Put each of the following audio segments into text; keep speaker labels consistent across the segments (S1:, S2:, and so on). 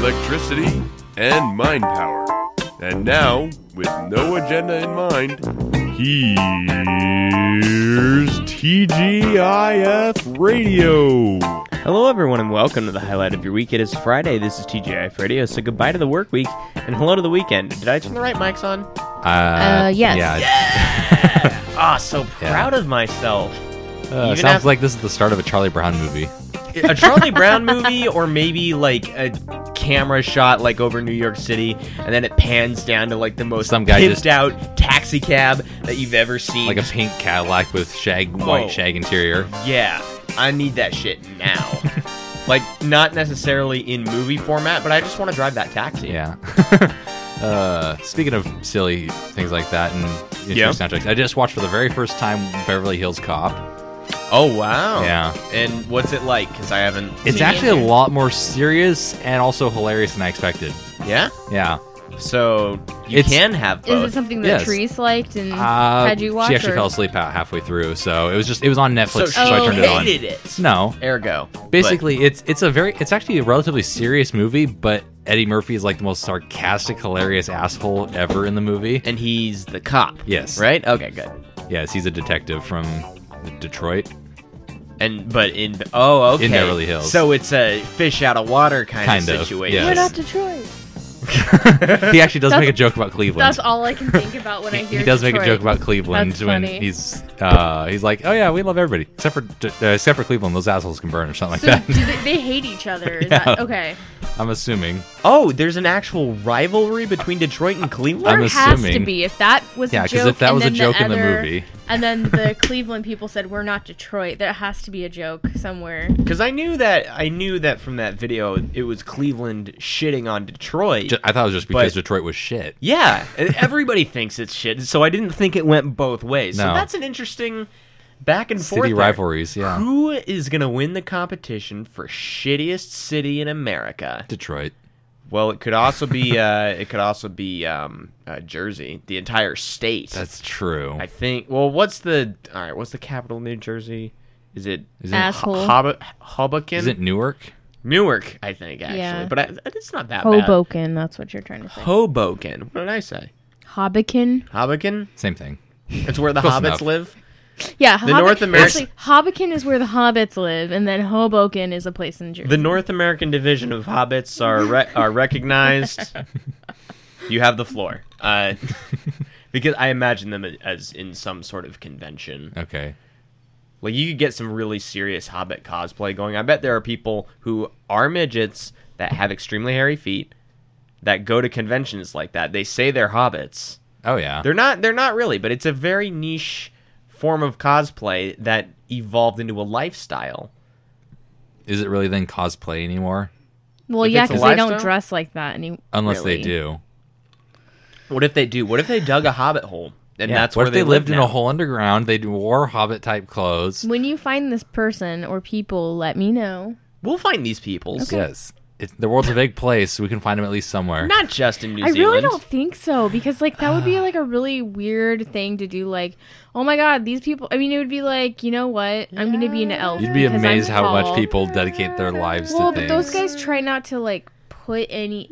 S1: electricity, and mind power. And now, with no agenda in mind, here's TGIF Radio.
S2: Hello, everyone, and welcome to the highlight of your week. It is Friday. This is TGIF Radio, so goodbye to the work week and hello to the weekend. Did I turn the right mics on?
S3: Uh,
S4: Uh, yes.
S3: Yeah.
S2: Ah, so proud of myself.
S3: Uh,
S2: Even
S3: sounds
S2: after-
S3: like this is the start of a Charlie Brown movie.
S2: a Charlie Brown movie, or maybe like a camera shot like over New York City, and then it pans down to like the most
S3: Some guy
S2: pimped
S3: just-
S2: out taxi cab that you've ever seen.
S3: Like a pink Cadillac with shag
S2: Oh.
S3: white shag interior.
S2: yeah, I need that shit now. like not necessarily in movie format, but I just want to drive that taxi.
S3: Yeah. uh, speaking of silly things like that and interesting
S2: Yeah.
S3: soundtracks, I just watched for the very first time Beverly Hills Cop.
S2: Oh wow.
S3: Yeah.
S2: And what's it like? Because I haven't.
S3: It's actually a lot more serious and also hilarious than I expected.
S2: Yeah.
S3: Yeah.
S2: So you
S3: It's-
S2: can have
S4: Is
S2: both.
S4: it something that
S3: Yes.
S4: Therese liked and
S3: Uh,
S4: had Mm. you watch?
S3: she actually
S4: or-
S3: fell asleep out halfway through, so it was just it was on
S2: so
S3: Netflix,
S2: she
S3: so, I
S4: she
S3: turned it
S2: hated it.
S3: on. No,
S2: Ergo.
S3: Basically, it's it's a very it's actually a relatively serious movie, but Eddie Murphy is like the most sarcastic, hilarious asshole ever in the movie.
S2: But- and he's the cop.
S3: Yes,
S2: Right. Okay. Good.
S3: Yes, he's a detective from Detroit.
S2: And but in oh okay
S3: In Beverly Hills.
S2: So it's a fish out of water kind,
S3: Kind
S2: of
S3: of,
S2: situation.
S3: yes. We're not
S4: Detroit.
S3: He actually does
S4: That's-
S3: make a joke about Cleveland.
S4: That's all I can think about when I
S3: he,
S4: hear.
S3: he does make a
S4: Detroit.
S3: joke about Cleveland
S4: That's
S3: when
S4: funny.
S3: he's uh, he's like, oh yeah, we love everybody except for De- uh, except for Cleveland. Those assholes can burn or something
S4: So
S3: like
S4: do
S3: that.
S4: they, they hate each other. Is
S3: Yeah.
S4: that, okay.
S3: I'm assuming.
S2: Oh, there's an actual rivalry between Detroit and
S4: There
S2: Cleveland.
S3: I'm
S4: has
S3: assuming-
S4: to be. If that was
S3: Yeah,
S4: a
S3: 'cause
S4: joke,
S3: if that
S4: and
S3: was a
S4: then
S3: joke in the
S4: other-
S3: movie.
S4: and then the Cleveland people said we're not Detroit, there has to be a joke somewhere.
S2: Because I knew that I knew that from that video it was Cleveland shitting on Detroit.
S3: Ju- I thought it was just because
S2: But-
S3: Detroit was shit.
S2: yeah, and everybody thinks it's shit, so I didn't think it went both ways. So
S3: No.
S2: that's an interesting back and forth.
S3: City
S2: there.
S3: rivalries, yeah.
S2: Who is gonna win the competition for shittiest city in America?
S3: Detroit.
S2: Well, it could also be uh, it could also be um, uh, Jersey, the entire state.
S3: That's true.
S2: I think. Well, what's the all right? What's the capital of New Jersey? Is it
S3: Isn't,
S4: Asshole.
S2: Hob- Hoboken?
S3: isn't Newark?
S2: Newark? I think actually,
S4: Yeah.
S2: but I, it's not that bad.
S4: Hoboken, that's what you're trying to say.
S2: Hoboken. What did I say?
S4: Hoboken?
S2: Hoboken.
S3: Same thing.
S2: It's where the
S3: Close
S2: hobbits
S3: enough.
S2: live.
S4: Yeah,
S2: The North Ameri-
S4: Actually, Hoboken is where the hobbits live, and then Hoboken is a place in Jersey.
S2: The North American division of hobbits are re- are recognized. you have the floor, uh, because I imagine them as in some sort of convention.
S3: Okay.
S2: Like you could get some really serious Hobbit cosplay going. I bet there are people who are midgets that have extremely hairy feet that go to conventions like that. They say they're hobbits.
S3: Oh yeah.
S2: They're not they're not really, but it's a very niche form of cosplay that evolved into a lifestyle.
S3: Is it really then cosplay anymore?
S4: well,
S2: if
S4: yeah,
S2: it's a
S4: because they don't
S2: lifestyle?
S4: dress like that anymore.
S3: Unless they do.
S2: What if they do? What if they dug a hobbit hole? And that's
S3: what
S2: where
S3: if they, lived in
S2: now?
S3: a hole underground? They wore hobbit type clothes.
S4: When you find this person or people, let me know.
S2: We'll find these peoples.
S3: Yes. It's, the world's a big place. We can find them at least somewhere.
S2: Not just in New
S4: I
S2: Zealand.
S4: really don't think so because like that would be
S3: Ah.
S4: like a really weird thing to do. Like, oh my god, these people. I mean, it would be like, you know what? I'm going to be an elf.
S3: You'd be
S4: because I'm
S3: amazed how much
S4: tall.
S3: people dedicate their lives
S4: Well,
S3: to
S4: but
S3: things.
S4: those guys try not to like put any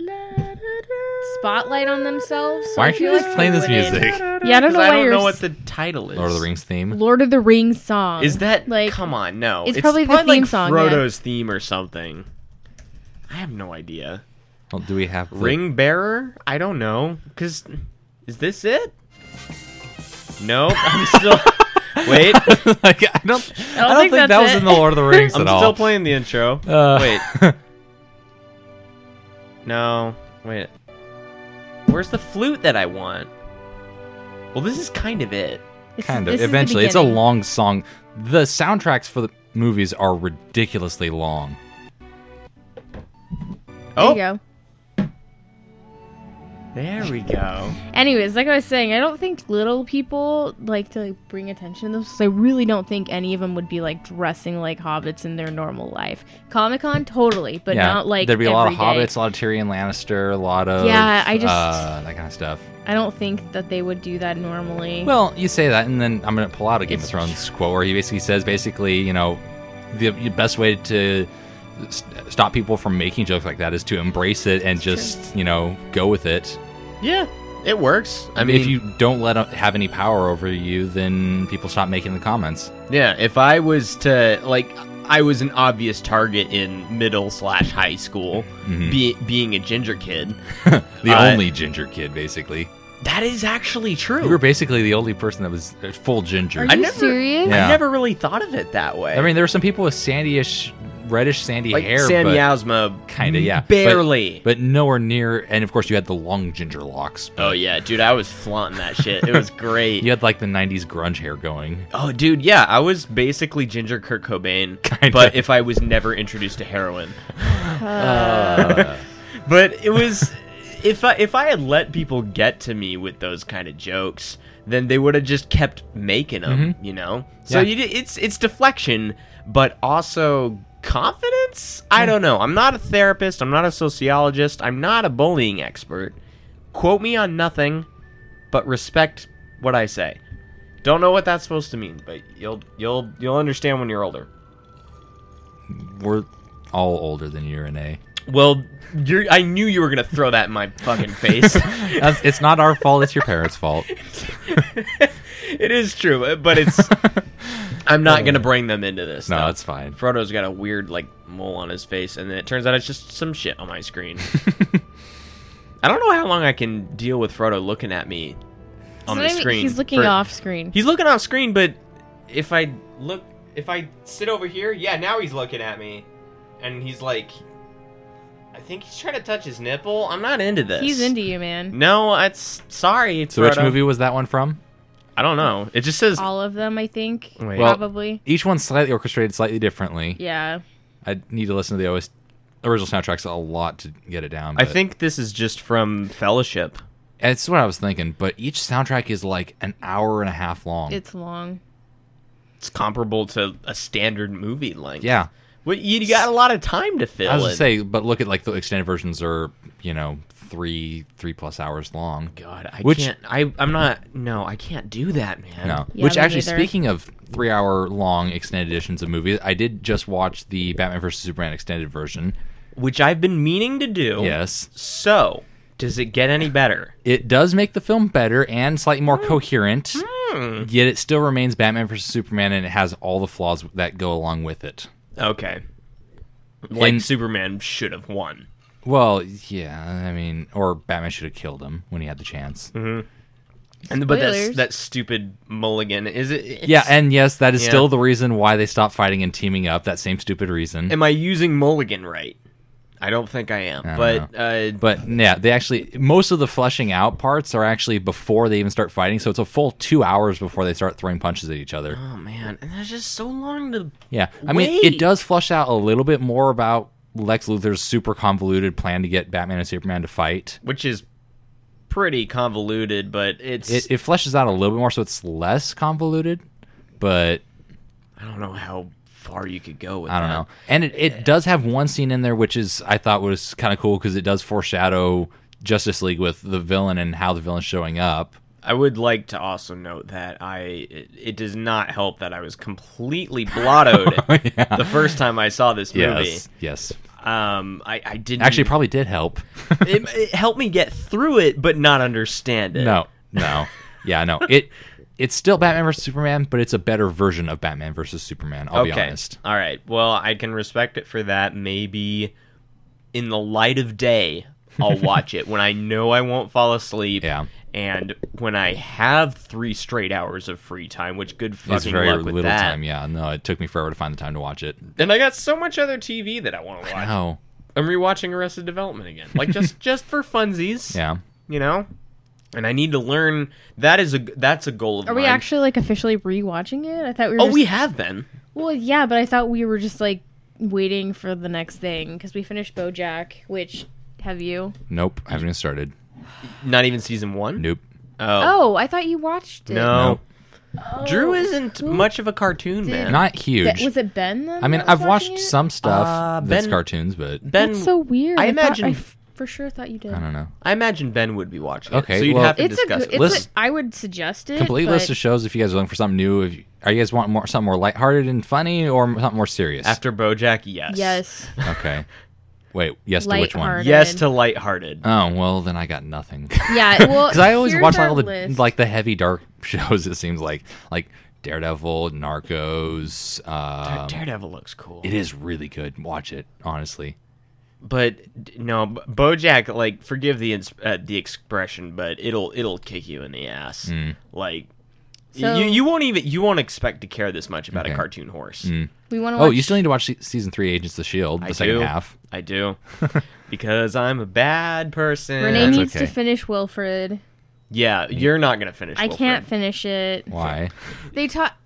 S4: spotlight on themselves. so
S3: Why
S4: I
S3: aren't you
S4: feel
S3: just
S4: like
S3: playing this
S4: they wouldn't-
S3: music?
S4: Yeah, I don't know
S2: I
S4: why
S2: don't
S4: you're
S2: know what the title is.
S3: Lord of the Rings theme.
S4: Lord of the Rings song.
S2: Is that
S4: like
S2: Come on, no.
S4: it's probably the theme
S2: like
S4: song, yeah.
S2: Frodo's theme or something. I have no idea.
S3: Well, do we have the-
S2: Ring bearer? I don't know. Cause is this it? No, I'm still. Wait,
S3: like, I don't. I don't, think,
S4: that's
S3: that was
S4: it.
S3: in the Lord of the Rings
S2: I'm
S3: at all.
S2: still playing the intro.
S3: Uh,
S2: Wait. No, wait. Where's the flute that I want? Well, this is kind of it.
S4: It's-
S3: kind of.
S4: this is the
S3: Eventually, it's a
S4: beginning.
S3: long song. The soundtracks for the movies are ridiculously long.
S4: There
S2: Oh,
S4: you go.
S2: There we go.
S4: Anyways, like I was saying, I don't think little people like to like, bring attention to this. 'cause I really don't think any of them would be like dressing like hobbits in their normal life. Comic Con, totally, but not like
S3: there'd be a lot of
S4: every day.
S3: hobbits, a lot of Tyrion Lannister, a lot of
S4: Yeah, I just-
S3: uh, that kind of stuff.
S4: I don't think that they would do that normally.
S3: Well, you say that, and then I'm going to pull out a Game
S4: It's
S3: of Thrones quote where he basically says, basically, you know, the best way to s- stop people from making jokes like that is to embrace it and just, you know, go with it.
S2: Yeah, it works. I mean,
S3: if you don't let 'em have any power over you, then people stop making the comments.
S2: Yeah, if I was to like, I was an obvious target in middle slash high school,
S3: Mm-hmm.
S2: be, being a ginger kid.
S3: The
S2: Uh,
S3: only ginger kid, basically.
S2: That is actually true.
S3: You were basically the only person that was uh, full ginger.
S4: Are
S2: I
S4: you
S2: never-
S4: serious?
S3: Yeah.
S2: I never really thought of it that way.
S3: I mean, there were some people with sandyish, reddish, sandy
S2: like
S3: hair,
S2: Sam
S3: but
S2: Yasma,
S3: kind of, yeah, But-
S2: barely.
S3: but nowhere near. And of course, you had the long ginger locks.
S2: oh yeah, dude, I was flaunting that shit. It was great.
S3: You had like the '90s grunge hair going.
S2: Oh, dude, yeah, I was basically ginger Kurt Cobain,
S3: Kinda.
S2: but if I was never introduced to heroin.
S3: Uh,
S2: but it was if I if I had let people get to me with those kind of jokes, then they would have just kept making them, you know. So
S3: Mm-hmm. Yeah.
S2: you you di- it's it's deflection, but also confidence. I don't know. I'm not a therapist. I'm not a sociologist. I'm not a bullying expert. Quote me on nothing, but respect what I say. Don't know what that's supposed to mean, but you'll you'll you'll understand when you're older.
S3: we're all older than you, Renee.
S2: Well, you're, I knew you were gonna throw that in my fucking face.
S3: That's, it's not our fault. It's your parents' fault.
S2: it is true, but it's. I'm not gonna bring them into this.
S3: No,
S2: though.
S3: it's fine.
S2: Frodo's got a weird like mole on his face, and then it turns out it's just some shit on my screen. I don't know how long I can deal with Frodo looking at me on
S4: So
S2: the
S4: I mean,
S2: screen.
S4: He's looking
S2: for-
S4: off screen.
S2: He's looking off screen, but if I look, if I sit over here, yeah, now he's looking at me, and he's like, I think he's trying to touch his nipple. I'm not into this.
S4: He's into you, man.
S2: No, it's sorry.
S3: So, which
S2: Frodo.
S3: movie was that one from?
S2: I don't know. It just says
S4: All of them, I think.
S2: Wait. Well-
S4: Probably.
S3: Each one's slightly orchestrated, slightly differently.
S4: Yeah.
S3: I need to listen to the OS original soundtracks a lot to get it down.
S2: I
S3: but-
S2: think this is just from Fellowship.
S3: and it's what I was thinking. But each soundtrack is like an hour and a half long.
S4: It's long.
S2: It's comparable to a standard movie length.
S3: yeah.
S2: Well, you got a lot of time to fill.
S3: I was
S2: in.
S3: gonna say, but look at like the extended versions are you know three three plus hours long.
S2: God, I
S3: Which-
S2: can't. I I'm not. No, I can't do that, man.
S3: No.
S4: Yeah,
S3: Which
S4: me
S3: actually,
S4: neither.
S3: speaking of three hour long extended editions of movies, I did just watch the Batman vs Superman extended version.
S2: Which I've been meaning to do.
S3: Yes.
S2: So, does it get any better?
S3: It does make the film better and slightly
S4: Hmm.
S3: more coherent, yet it still remains Batman vs Superman and it has all the flaws that go along with it.
S2: Okay. Like
S3: And-
S2: Superman should have won.
S3: Well, yeah, I mean, or Batman should have killed him when he had the chance.
S2: And but that's
S4: Spoilers.
S2: that stupid Mulligan is it? it's-
S3: Yeah, and yes, that is
S2: Yeah.
S3: still the reason why they stopped fighting and teaming up. That same stupid reason.
S2: am I using Mulligan right? I don't think I am.
S3: I don't
S2: but uh,
S3: But yeah, they actually most of the fleshing out parts are actually before they even start fighting, so it's a full two hours before they start throwing punches at each other.
S2: Oh man, and that's just so long to.
S3: Yeah, I mean,
S2: Wait.
S3: it does flush out a little bit more about Lex Luthor's super convoluted plan to get Batman and Superman to fight.
S2: Which is pretty convoluted, but it's.
S3: It, it fleshes out a little bit more, so it's less convoluted, but
S2: I don't know how far you could go with.
S3: I don't
S2: that.
S3: know. And it, it does have one scene in there which is I thought was kind of cool because it does foreshadow Justice League with the villain and how the villain's showing up.
S2: I would like to also note that I it, it does not help that I was completely blottoed
S3: Yeah.
S2: the first time I saw this movie.
S3: Yes, yes.
S2: Um, I I didn't
S3: Actually, it probably did help.
S2: it, it helped me get through it, but not understand it.
S3: No, no. Yeah, no. It it's still Batman versus Superman, but it's a better version of Batman versus Superman. I'll be honest.
S2: All right. Well, I can respect it for that. Maybe in the light of day, I'll watch it when I know I won't fall asleep.
S3: Yeah.
S2: And when I have three straight hours of free time, which good fucking
S3: It's very
S2: luck with
S3: little
S2: that.
S3: time. Yeah, no. It took me forever to find the time to watch it.
S2: And I got so much other TV that I want to watch.
S3: Oh,
S2: I'm rewatching Arrested Development again, like just just for funsies.
S3: yeah.
S2: You know. And I need to learn. That is a that's a goal of
S4: Are we
S2: mine.
S4: actually like officially rewatching it? I thought we were.
S2: Oh,
S4: just-
S2: we have been.
S4: Well, yeah, but I thought we were just like waiting for the next thing because we finished BoJack, which have you?
S3: Nope. I haven't even started.
S2: Not even season one.
S3: Nope.
S2: Oh,
S4: Oh, I thought you watched it.
S2: no. Drew isn't much of a cartoon
S4: Oh. Did-
S2: man.
S3: Not huge.
S4: That- was it Ben? Then
S3: I mean,
S4: that was
S3: I've watched
S4: watching it?
S3: some stuff
S2: Uh,
S3: that's
S2: Ben-
S3: cartoons, but
S2: Ben.
S4: That's so weird.
S2: I
S4: thought-
S2: imagine-
S4: I f- for sure thought you did.
S3: I don't know.
S2: I imagine Ben would be watching.
S3: Okay,
S2: it, so you'd
S3: well-
S2: have to
S4: It's a
S2: discuss
S4: good.
S2: it.
S4: It's
S2: with
S3: Listen-
S4: a, I would suggest it.
S3: Complete
S4: but
S3: list of shows if you guys are looking for something new. If you, are you guys want more something more lighthearted and funny or m- something more serious?
S2: After BoJack, yes,
S4: yes,
S3: okay. Wait, yes to which one?
S4: Lighthearted.
S2: yes to lighthearted.
S3: Oh well, then I got nothing.
S4: yeah. Well,
S3: Because I always
S4: here's
S3: watch like,
S4: our
S3: all the
S4: list.
S3: like the heavy dark shows. It seems like like Daredevil, Narcos. Um,
S2: Daredevil looks cool,
S3: it is really good. Watch it honestly.
S2: but d- no, B- BoJack. Like, forgive the ins- uh, the expression, but it'll it'll kick you in the ass.
S3: Mm.
S2: Like, y-
S4: So-
S2: you you won't even you won't expect to care this much about a
S3: Okay.
S2: cartoon horse.
S4: we want to.
S3: Oh, you still need to watch se- season three, Agents of the Shield, E the
S2: I
S3: second
S2: do.
S3: half.
S2: I do because I'm a bad person.
S4: Renee
S3: That's
S4: needs
S3: okay.
S4: to finish Wilfred.
S2: yeah, you're not gonna finish.
S4: I can't
S2: Wilfred.
S4: finish it.
S3: Why?
S4: They taught.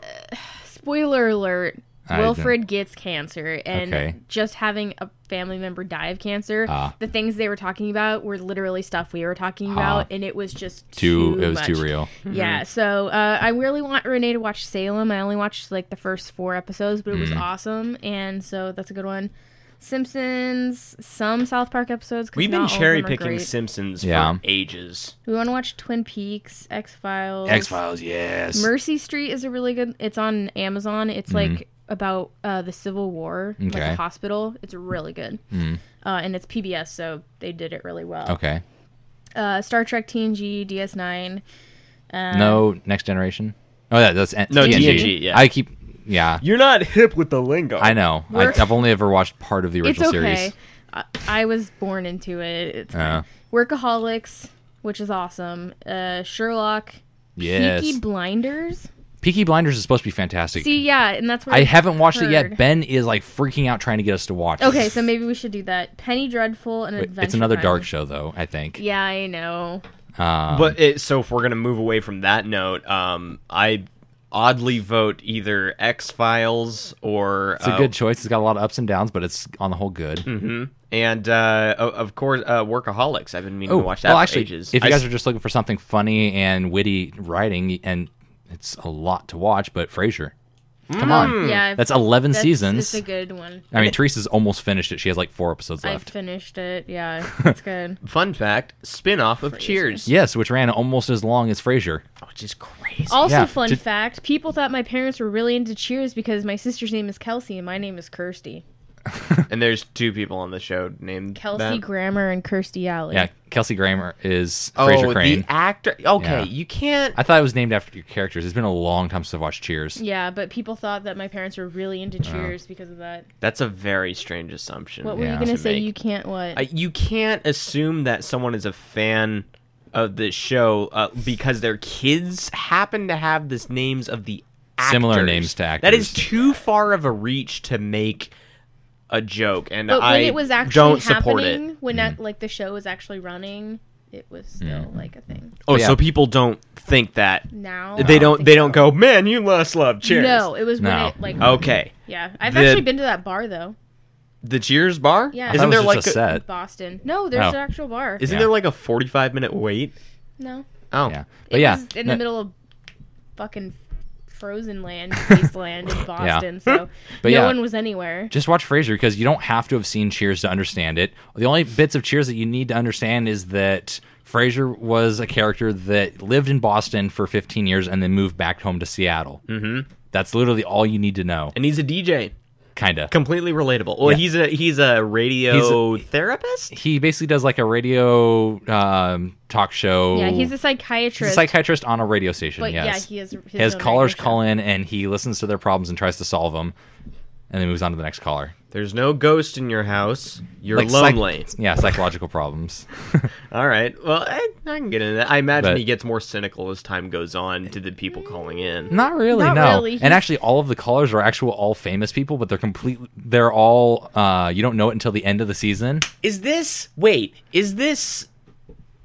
S4: spoiler alert.
S3: I don't-
S4: Wilfred gets cancer, and
S3: Okay.
S4: just having a family member die of cancer,
S3: Ah.
S4: the things they were talking about were literally stuff we were talking about, and it was just
S3: Too,
S4: too.
S3: it was too
S4: much.
S3: real. Mm-hmm.
S4: Yeah, so uh, I really want Renee to watch Salem. I only watched like the first four episodes, but it
S3: Mm.
S4: was awesome, and so that's a good one. Simpsons, some South Park episodes. 'cause
S2: We've
S4: not all
S2: been
S4: of them
S2: cherry
S4: are
S2: picking
S4: great.
S2: Simpsons
S3: Yeah.
S2: for ages.
S4: we want to watch Twin Peaks, X Files,
S3: X Files, yes. Mm-hmm.
S4: Mercy Street is a really good. It's on Amazon. It's like about uh, the Civil War, like
S3: Okay. Mm.
S4: a hospital. It's really good, uh, and it's PBS, so they did it really well.
S3: okay.
S4: Uh, Star Trek, TNG, DS9. Uh,
S3: no, Next Generation. Oh, yeah, that's N-
S2: No,
S3: TNG.
S2: TNG, yeah.
S3: I keep. Yeah,
S2: You're not hip with the lingo.
S3: I know. I,
S4: We're-
S3: I've only ever watched part of the
S4: it's
S3: original
S4: okay.
S3: series.
S4: I, I was born into it. It's
S3: Uh.
S4: fine. Workaholics, which is awesome. Uh, Sherlock.
S3: Yes.
S4: Peaky Blinders.
S3: Peaky Blinders is supposed to be fantastic.
S4: See, yeah, and that's what
S3: I haven't watched it yet.
S4: heard.
S3: Ben is like freaking out trying to get us to watch. it.
S4: Okay, so maybe we should do that. Penny Dreadful and
S3: Wait,
S4: Adventure.
S3: it's another
S4: Time.
S3: dark show though. I think.
S4: Yeah, I know.
S3: Um,
S2: But it, so if we're gonna move away from that note, um, I oddly vote either X Files or uh,
S3: it's a good choice. It's got a lot of ups and downs, but it's on the whole good.
S2: hmm And uh, o- of course, uh, Workaholics. I've been meaning
S3: Oh,
S2: to watch that
S3: well,
S2: for
S3: actually,
S2: ages.
S3: if you
S2: I
S3: guys
S2: s-
S3: are just looking for something funny and witty writing, and it's a lot to watch, but Frasier, come
S2: Mm.
S3: on,
S4: Yeah, I've-
S3: Hmm. that's eleven
S4: That's-
S3: seasons.
S4: It's a good one.
S3: I mean, Teresa's almost finished it. She has like four episodes
S4: I
S3: left.
S4: finished it. Yeah, it's good.
S2: fun fact, spin off of Cheers,
S3: yes, which ran almost as long as Frasier.
S2: which is crazy.
S4: Also,
S3: Yeah,
S4: fun
S3: did-
S4: fact: people thought my parents were really into Cheers because my sister's name is Kelsey and my name is Kirsty.
S2: And there's two people on the show named
S4: Kelsey
S2: that.
S4: Grammer and Kirsty Alley.
S3: Yeah, Kelsey Grammer is
S2: Oh,
S3: Frasier Crane.
S2: the actor. Okay,
S3: Yeah.
S2: you can't.
S3: I thought it was named after your characters. It's been a long time since I've watched Cheers.
S4: Yeah, but people thought that my parents were really into
S2: Oh.
S4: Cheers because of that.
S2: That's a very strange assumption.
S4: What were
S3: Yeah.
S4: you gonna
S2: To
S4: say?
S2: make.
S4: You can't what?
S2: Uh, you can't assume that someone is a fan of this show uh, because their kids happen to have the names of the actors.
S3: Similar names to
S2: That is
S3: actors.
S2: too far of a reach to make a joke, and
S4: but when
S2: I
S4: it was actually
S2: don't support
S4: happening,
S2: it. Mm.
S4: when that, like the show was actually running, it was still like a thing.
S2: Oh,
S3: yeah.
S2: so people don't think that
S4: Now I
S2: they don't
S4: think
S2: they
S4: so.
S2: don't go, man, you lost love. Cheers.
S4: No, it was when
S3: No.
S4: it like
S2: Okay,
S4: yeah. I've
S2: The-
S4: actually been to that bar though,
S2: the Cheers bar.
S4: Yeah. I thought
S2: Isn't
S3: it
S2: there
S3: was
S2: like
S3: just a
S2: a-
S3: set.
S4: in Boston. No, there's
S3: Uh, Oh.
S4: an actual bar.
S2: isn't
S3: Yeah.
S2: there like a forty five minute wait?
S4: no.
S2: Oh,
S3: Yeah,
S4: It
S3: but yeah,
S4: was in
S3: no-
S4: the middle of fucking frozen land, wasteland in Boston, so
S3: But
S4: no
S3: yeah.
S4: one was anywhere.
S3: just watch Frasier because you don't have to have seen Cheers to understand it. The only bits of Cheers that you need to understand is that Frasier was a character that lived in Boston for 15 years and then moved back home to Seattle. Mm-hmm. That's literally all you need to know,
S2: and he's a DJ.
S3: kind of.
S2: completely relatable. Well,
S3: Yeah.
S2: he's a he's a radio therapist.
S3: He basically does like a radio um, talk show.
S4: Yeah, he's a
S3: He's
S4: psychiatrist.
S3: a psychiatrist on a radio station.
S4: but yeah,
S3: yes,
S4: he has his,
S3: His
S4: own
S3: callers
S4: radio show.
S3: call in and he listens to their problems and tries to solve them, and then moves on to the next caller.
S2: There's no ghost in your house. You're
S3: psych-
S2: lonely.
S3: yeah, psychological problems.
S2: All right. Well, I, I can get into that. I imagine
S3: But-
S2: he gets more cynical as time goes on to the people calling in.
S3: Not really,
S4: Not
S3: no.
S4: really.
S3: And
S4: He's-
S3: actually, all of the callers are actual all famous people, but they're complete. They're all. Uh, you don't know it until the end of the season.
S2: Is this wait? Is this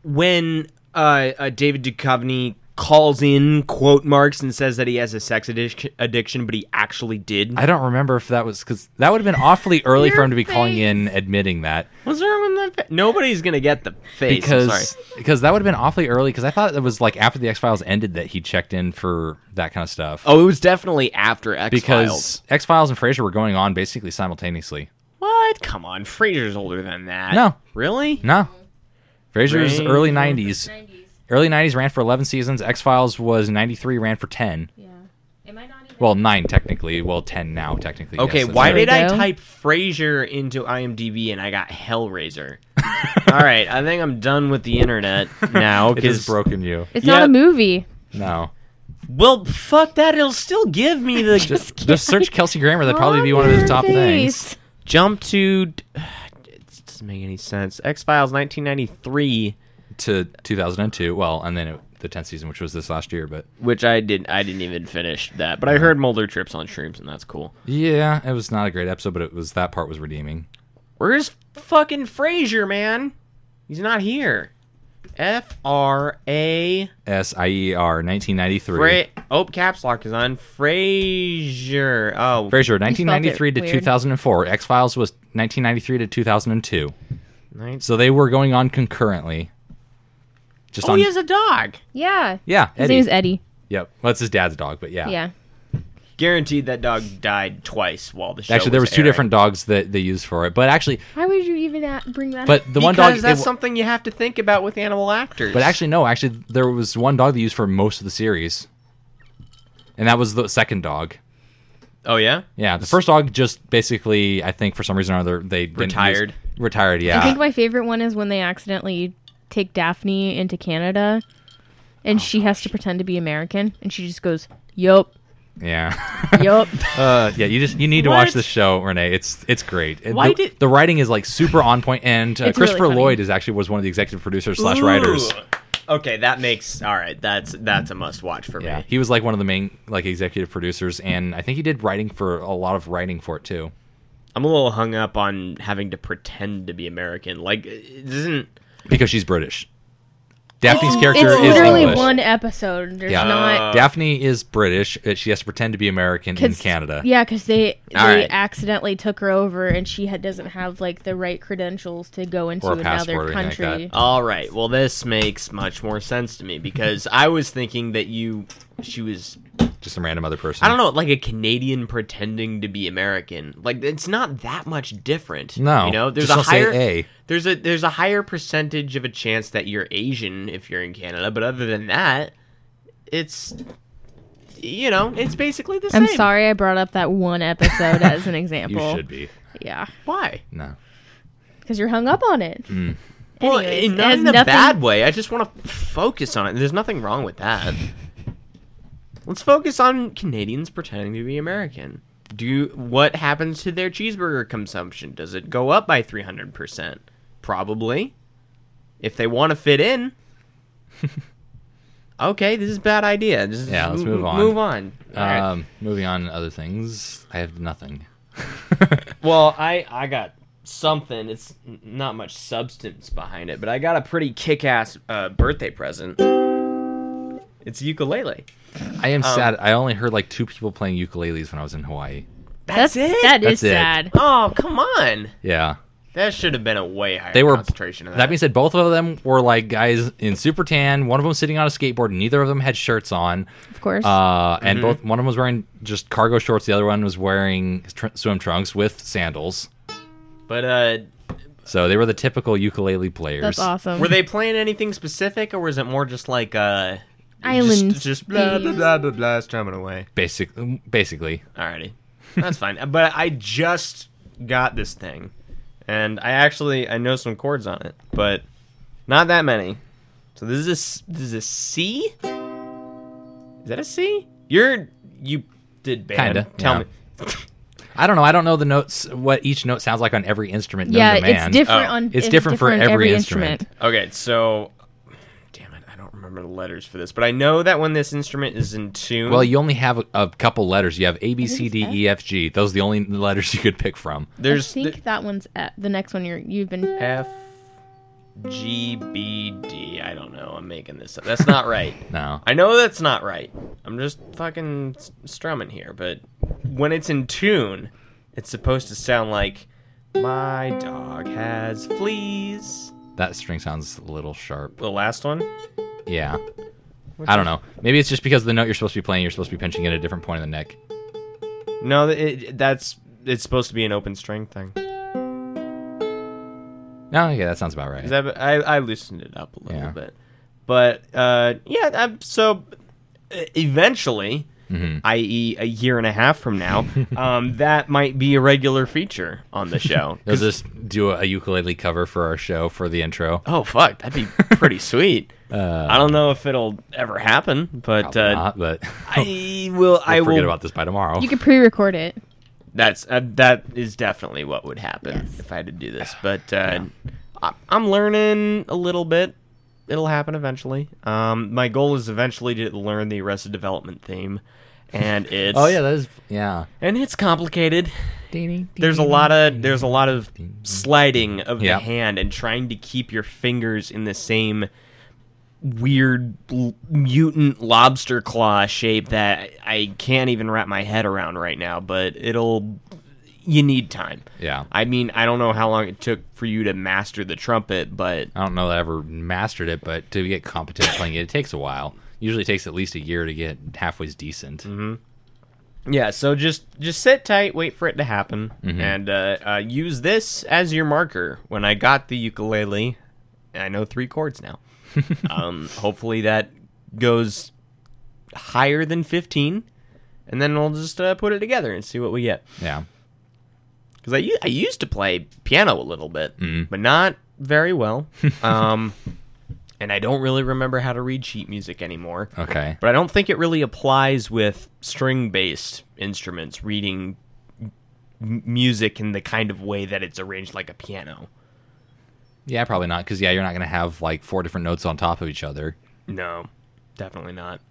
S2: when uh, uh David Duchovny calls in quote marks and says that he has a sex addic- addiction, but he actually did.
S3: I don't remember if that was because that would have been awfully early for
S4: Your
S3: him to be calling
S4: face.
S3: in admitting that
S2: Was there one that fa- nobody's gonna get the face? I'm
S3: because
S2: sorry.
S3: because that would have been awfully early because I thought it was like after the X Files ended that he checked in for that kind of stuff.
S2: Oh, it was definitely after X Files.
S3: because X Files and Frasier were going on basically simultaneously.
S2: What? Come on, Frasier's older than that.
S3: No.
S2: really?
S3: No, Frasier's
S2: Frasier.
S3: early '90s. Early '90s ran for 11 seasons. X Files was '93, ran for 10.
S4: Yeah. Am I not even?
S3: Well, nine technically. Well, 10 now technically.
S2: Okay,
S3: yes, that's
S2: why
S3: right.
S4: There we
S2: did I
S4: go.
S2: type Frasier into IMDb and I got Hellraiser? All right, I think I'm done with the internet now
S3: it has
S2: because
S3: broken you?
S4: It's
S2: yeah.
S4: not a movie.
S3: No,
S2: well, fuck that. It'll still give me the
S3: just search Kelsey Grammer. That'd probably be
S4: On
S3: one of his
S4: your
S3: top things.
S4: face.
S2: jump to. It doesn't make any sense. X Files 1993,
S3: to 2002. Well, and then it, the 10th season, which was this last year. But
S2: which I did I didn't even finish that, but I heard Mulder trips on shrooms and that's cool.
S3: yeah, it was not a great episode, but it was that part was redeeming.
S2: Where's fucking Frasier, man? He's not here. F R A.
S3: S I E R 1993.
S2: Fra- oh, caps lock is on. Frasier. Oh,
S3: Frasier 1993 to
S4: weird.
S3: 2004. X Files was 1993 to 2002.
S2: nice.
S3: So they were going on concurrently. Just
S2: Oh,
S3: on.
S2: he has a dog.
S4: Yeah.
S3: yeah,
S4: His
S3: Eddie. Ah.
S4: name is Eddie.
S3: Yep. Well, it's his dad's dog, but yeah.
S4: Yeah.
S2: Guaranteed that dog died twice while the show.
S3: Actually, there was two
S2: airing.
S3: different dogs that they used for it, but actually,
S4: Why would you even at- bring that?
S3: but the one dog.
S2: because that's
S3: it-
S2: something you have to think about with animal actors.
S3: But actually, no. Actually, there was one dog they used for most of the series, and that was the second dog.
S2: oh yeah,
S3: Yeah, the first dog just basically, I think for some reason or other, they didn't use-
S2: Retired.
S3: retired, yeah.
S4: I think my favorite one is when they accidentally take Daphne into Canada, and she has to pretend to be American, and she just goes, "Yup,
S3: yeah.
S4: yup."
S3: Uh, yeah, you just you need to watch
S2: What?
S3: this show, Renee. It's it's great. And
S2: Why
S3: the,
S2: did-
S3: the writing is like super on point, and uh,
S4: It's really
S3: Christopher
S4: funny.
S3: Lloyd is actually was one of the executive producers slash writers.
S2: Ooh. Okay, that makes all right. That's that's a must watch for
S3: Yeah,
S2: me.
S3: he was like one of the main like executive producers, and I think he did writing for a lot of writing for it too.
S2: I'm a little hung up on having to pretend to be American. Like, it isn't
S3: Because she's British. Daphne's character
S4: It's
S3: is
S4: literally
S3: English.
S4: one episode. There's
S3: Yeah.
S2: Uh,
S4: not.
S3: Daphne is British. uh, She has to pretend to be American in
S4: 'cause-
S3: Canada.
S4: Yeah, because they they
S2: All right.
S4: accidentally took her over, and she had, doesn't have like the right credentials to go into
S3: Or a passport
S4: another
S3: or anything
S4: country.
S3: like that. Uh,
S2: All right. Well, this makes much more sense to me because I was thinking that you, she was,
S3: Just some random other person.
S2: I don't know, like a Canadian pretending to be American. Like it's not that much different.
S3: No,
S2: you know, there's
S3: just
S2: a
S3: don't say
S2: higher
S3: A.
S2: there's a there's a higher percentage of a chance that you're Asian if you're in Canada, but other than that, it's you know, it's basically the same.
S4: I'm sorry I brought up that one episode as an
S3: You
S4: example.
S3: should be.
S4: Yeah,
S2: Why?
S3: No.
S4: because you're hung up on it.
S2: Well,
S4: Anyways,
S2: in-
S4: it
S2: not
S4: has
S2: in a
S4: nothing-
S2: bad way. I just want to focus on it. There's nothing wrong with that. Let's focus on Canadians pretending to be American. Do you, what happens to their cheeseburger consumption? Does it go up by 300%? Probably. If they want to fit in. okay, this is a bad idea. Just
S3: Yeah, let's
S2: m-
S3: move on.
S2: Move on. All right.
S3: Um, Moving on to other things. I have nothing.
S2: Well, I I got something. It's n- not much substance behind it, but I got a pretty kick-ass uh, birthday present. It's a ukulele.
S3: I
S2: Um,
S3: am sad. I only heard like two people playing ukuleles when I was in Hawaii.
S4: That's, That is
S3: That's it.
S4: sad.
S2: Oh come on!
S3: Yeah.
S2: That should have been a way higher
S3: They were.
S2: concentration of that.
S3: That being said, both of them were like guys in super tan. One of them sitting on a skateboard. and Neither of them had shirts on.
S4: Of course.
S3: Uh, and both one of them was wearing just cargo shorts. The other one was wearing tr- swim trunks with sandals.
S2: but uh,
S3: So they were the typical ukulele players.
S4: That's awesome.
S2: were they playing anything specific, or was it more just like uh,
S4: Islands.
S2: Just, just blah blah
S4: Thieves.
S2: blah blah blah, strumming away.
S3: Basic, basically.
S2: Alrighty. That's fine. But I just got this thing. And I actually I know some chords on it, but not that many. So this is a, s- this is a C? Is that a C? You're you did band.
S3: Kinda,
S2: Tell
S3: yeah.
S2: me.
S3: I don't know. I don't know the notes. What each note sounds like on every instrument. known
S4: yeah,
S3: to man.
S4: it's different
S2: Oh.
S4: on.
S3: It's different for
S4: on
S3: every
S4: instrument.
S3: instrument.
S2: Okay, so damn it, I don't remember the letters for this, but I know that when this instrument is in tune
S3: Well, you only have a, a couple letters. You have A, B, C,
S4: it's
S3: D,
S4: F.
S3: E, F, G. Those are the only letters you could pick from.
S2: there's
S4: I think uh,
S2: th-
S4: that one's F. the next one you're you've been
S2: F GBD. I don't know. I'm making this up. That's not right.
S3: No.
S2: I know that's not right. I'm just fucking s- strumming here, but when it's in tune, it's supposed to sound like my dog has fleas.
S3: That string sounds a little sharp.
S2: The last one?
S3: Yeah. I don't know. Maybe it's just because the note you're supposed to be playing, you're supposed to be pinching at a different point of the neck.
S2: No, it, that's it's supposed to be an open string thing.
S3: No, yeah, that sounds about right.
S2: 'Cause I've- I, I loosened it up a little
S3: Yeah.
S2: bit, but uh, yeah. I'm, so uh, eventually, i.e., a year and a half from now, um, that might be a regular feature on the show.
S3: They'll just do a, a ukulele cover for our show for the intro.
S2: Oh fuck, that'd be pretty sweet. I don't know if it'll ever happen, but
S3: Uh, Probably
S2: uh,
S3: not, but
S2: I will. I
S3: I forget
S2: will.
S3: about this by tomorrow.
S4: You could pre-record it.
S2: That's uh, that is definitely what would happen if I had to do this. But uh, I, I'm learning a little bit. It'll happen eventually. Um, my goal is eventually to learn the Arrested Development theme, and it's
S3: oh yeah, that is yeah.
S2: and it's complicated. There's a lot of there's a lot of sliding of
S3: Yeah.
S2: the hand and trying to keep your fingers in the same weird l- mutant lobster claw shape that I can't even wrap my head around right now, but it'll you need time.
S3: Yeah.
S2: I mean, I don't know how long it took for you to master the trumpet, but
S3: I don't know that I ever mastered it, but to get competent at playing it, it takes a while. Usually it takes at least a year to get halfway decent.
S2: Mm-hmm. yeah, so just just sit tight, wait for it to happen and uh, uh, use this as your marker. When I got the ukulele, I know 3 chords now. um, hopefully that goes higher than 15 and then we'll just uh, put it together and see what we get.
S3: Yeah.
S2: because I, u- I used to play piano a little bit, but not very well. Um, and I don't really remember how to read sheet music anymore.
S3: Okay.
S2: But I don't think it really applies with string based instruments reading m- music in the kind of way that it's arranged like a piano.
S3: Yeah, probably not because yeah, you're not gonna have like four different notes on top of each other.
S2: No, definitely not.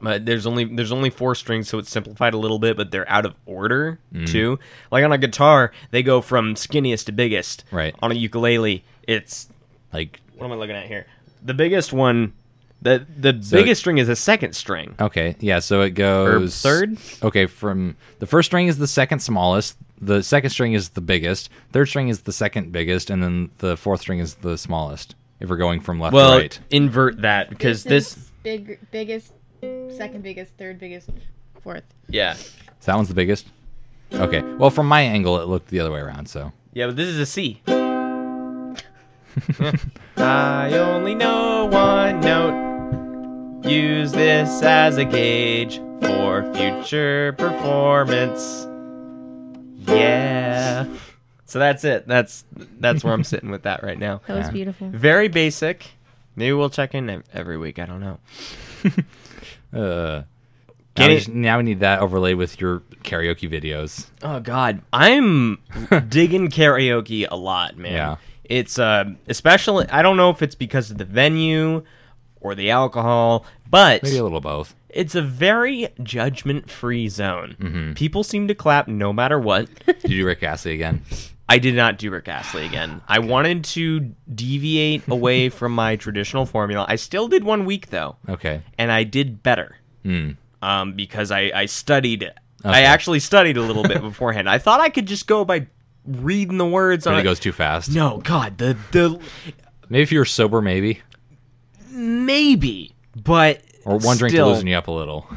S2: But there's only there's only four strings, so it's simplified a little bit, but they're out of order too. Like on a guitar, they go from skinniest to biggest.
S3: Right.
S2: On a ukulele, it's
S3: Like
S2: what am I looking at here? The biggest one, the the biggest string is a second string.
S3: okay, yeah, so it goes
S2: third?
S3: Okay, from the first string is the second smallest, the second string is the biggest, third string is the second biggest, and then the fourth string is the smallest. If we're going from left
S2: Well,
S3: to right,
S2: invert that because this,
S4: big, biggest, second biggest, third biggest, fourth.
S2: yeah,
S3: so that one's the biggest. Okay, well, from my angle, it looked the other way around. So
S2: yeah, but this is a C. I only know one note. Use this as a gauge for future performance. Yeah. So that's it. That's that's where I'm sitting with that right now.
S4: That was beautiful.
S2: Very basic. Maybe we'll check in ev- every week. I don't know.
S3: uh,
S2: Get
S3: now, we
S2: it-
S3: just- now we need that overlay with your karaoke videos.
S2: Oh God, I'm digging karaoke a lot, man.
S3: Yeah.
S2: It's uh, especially I don't know if it's because of the venue or the alcohol, but
S3: Maybe a little both.
S2: it's a very judgment-free zone.
S3: Mm-hmm.
S2: People seem to clap no matter what.
S3: Did you do Rick Astley again?
S2: I did not do Rick Astley again. I wanted to deviate away from my traditional formula. I still did one week though,
S3: Okay.
S2: and I did better um, because I, I studied it. I
S3: Hmm. Okay.
S2: actually studied a little bit beforehand. I thought I could just go by reading the words.
S3: But
S2: on
S3: it goes too fast.
S2: No, God, the the
S3: Maybe if you were sober, maybe.
S2: maybe, but
S3: Or one drink to
S2: still,
S3: loosen you up a little.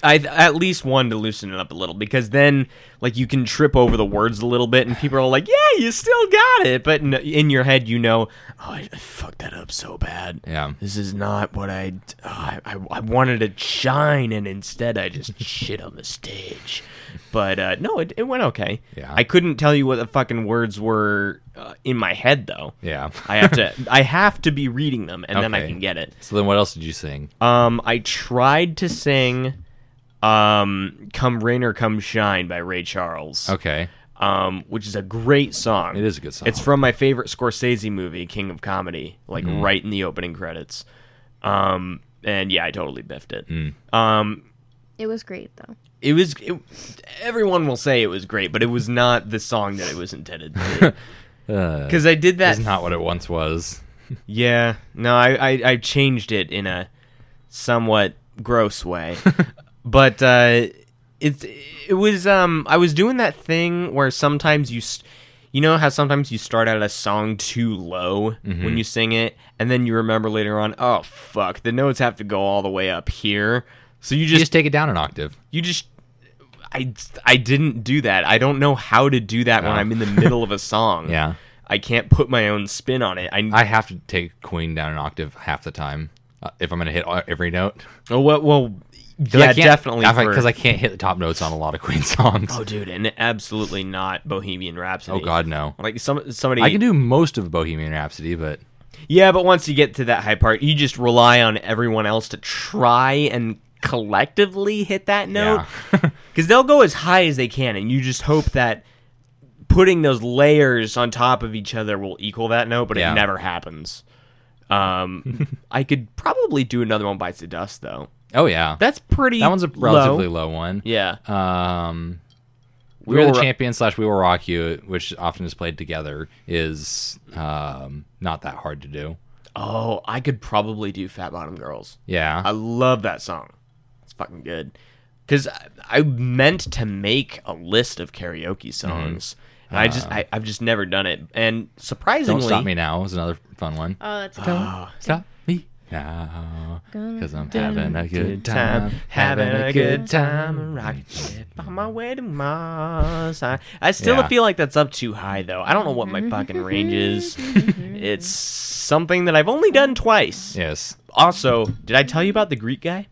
S2: I at least one to loosen it up a little because then like you can trip over the words a little bit and people are like, yeah, you still got it, but in, in your head you know, oh, I, I fucked that up so bad.
S3: Yeah.
S2: This is not what I, oh, I, I I wanted to shine, and instead I just shit on the stage. But uh, no, it, it went okay.
S3: Yeah.
S2: I couldn't tell you what the fucking words were uh, in my head though.
S3: Yeah.
S2: I have to I have to be reading them, and then I
S3: Okay.
S2: can get it.
S3: So then what else did you sing?
S2: Um, I tried to sing um, Come Rain or Come Shine by Ray Charles,
S3: Okay.
S2: um, which is a great song.
S3: It is a good song.
S2: It's from my favorite Scorsese movie, King of Comedy, like
S3: Mm.
S2: right in the opening credits. Um, and yeah, I totally biffed it.
S3: Mm.
S2: Um,
S4: It was great though.
S2: it was it, everyone will say it was great, but it Uh, was not the song that it was intended to be. Because I did that
S3: It's not what it once was.
S2: Yeah, no, I, I, I changed it in a somewhat gross way, but uh, it it was um I was doing that thing where sometimes you, s you know how sometimes you start out a song too low
S3: Mm-hmm.
S2: when you sing it, and then you remember later on, oh fuck, the notes have to go all the way up here, so you
S3: You
S2: just
S3: just take it down an octave.
S2: you just I, I didn't do that. I don't know how to do that when
S3: Oh.
S2: I'm in the middle of a song.
S3: Yeah.
S2: I can't put my own spin on it. I,
S3: I have to take Queen down an octave half the time uh, if I'm going to hit all- every note.
S2: Oh well, well
S3: 'Cause I
S2: yeah,
S3: can't-
S2: definitely.
S3: I- Because
S2: for-
S3: I can't hit the top notes on a lot of Queen songs.
S2: oh, dude, and absolutely not Bohemian Rhapsody.
S3: Oh, God, no.
S2: Like some somebody.
S3: I can do most of Bohemian Rhapsody, but
S2: Yeah, but once you get to that high part, you just rely on everyone else to try and collectively hit that note
S3: yeah.
S2: because they'll go as high as they can, and you just hope that putting those layers on top of each other will equal that note, but
S3: Yeah.
S2: it never happens. Um, I could probably do another one bites the dust though.
S3: oh yeah,
S2: That's pretty.
S3: that one's a relatively low, one.
S2: Yeah.
S3: Um,
S2: We
S3: we were
S2: Will
S3: the
S2: Ro-
S3: champion slash we will rock you, which often is played together, is um not that hard to do.
S2: Oh, I could probably do Fat Bottom Girls.
S3: Yeah,
S2: I love that song. It's fucking good. Because I, I meant to make a list of
S3: Mm-hmm.
S2: karaoke songs. And I just, I, I've just never done it. And surprisingly,
S3: don't stop me now is another fun one.
S4: Oh, that's
S3: Stop me now, because I'm
S4: Dun,
S3: having a good
S2: time,
S3: time,
S2: having a good time, and rocket ship on my way to Mars. I, I still
S3: Yeah.
S2: feel like that's up too high, though. I don't know what my fucking range is. it's something that I've only done twice.
S3: Yes,
S2: Also, did I tell you about the Greek guy?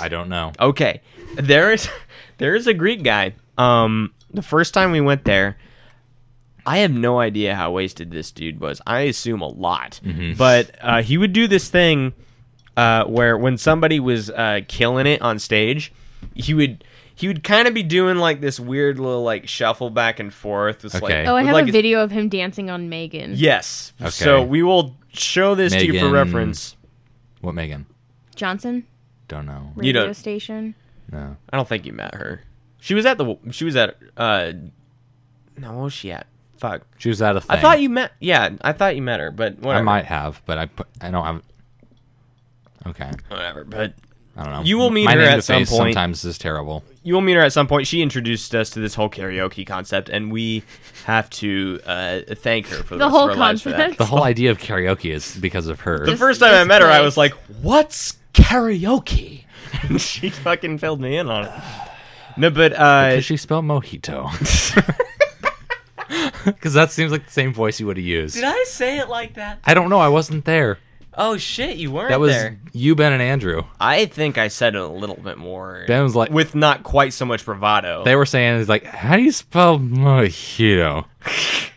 S3: I don't know.
S2: Okay. There is there is a Greek guy. Um the first time we went there, I have no idea how wasted this dude was. I assume a lot.
S3: Mm-hmm.
S2: But uh, he would do this thing uh, where when somebody was uh, killing it on stage, he would he would kind of be doing like this weird little like shuffle back and forth. It's
S3: Okay.
S2: like,
S4: Oh, I
S2: with,
S4: have
S2: like,
S4: a
S2: his-
S4: video of him dancing on Megan.
S2: Yes.
S3: Okay.
S2: So we will show this to you for
S3: Megan-
S2: reference.
S3: What Megan?
S4: Johnson
S3: Don't know.
S2: You
S4: radio
S2: don't-
S4: station.
S3: No.
S2: I don't think you met her. She was at the. She was at. uh No, what was she at? Fuck.
S3: She was out of.
S2: I thought you met. Yeah, I thought you met her, but whatever.
S3: I might have, but I put. I don't have. Okay.
S2: Whatever. But
S3: I don't know.
S2: You will meet
S3: My
S2: her
S3: name
S2: at
S3: to
S2: some
S3: face
S2: point.
S3: Sometimes is terrible.
S2: you will meet her at some point. She introduced us to this whole karaoke concept, and we have to uh thank her for
S4: The
S2: rest
S4: whole
S2: of our lives for that.
S4: concept.
S3: The whole idea of karaoke is because of her.
S2: The
S4: Just-
S2: first time I
S4: just
S2: met her, I
S4: place.
S2: was like, "What's karaoke?" And she fucking filled me in on it. No, but uh,
S3: Because she spelled mojito. Because that seems like the same voice you would have used.
S2: did I say it like that?
S3: I don't know. I wasn't there.
S2: Oh shit, you weren't
S3: That was
S2: there.
S3: you, Ben, and Andrew.
S2: I think I said it a little bit more.
S3: Ben was like,
S2: with not quite so much bravado.
S3: they were saying, it's like, how do you spell mojito?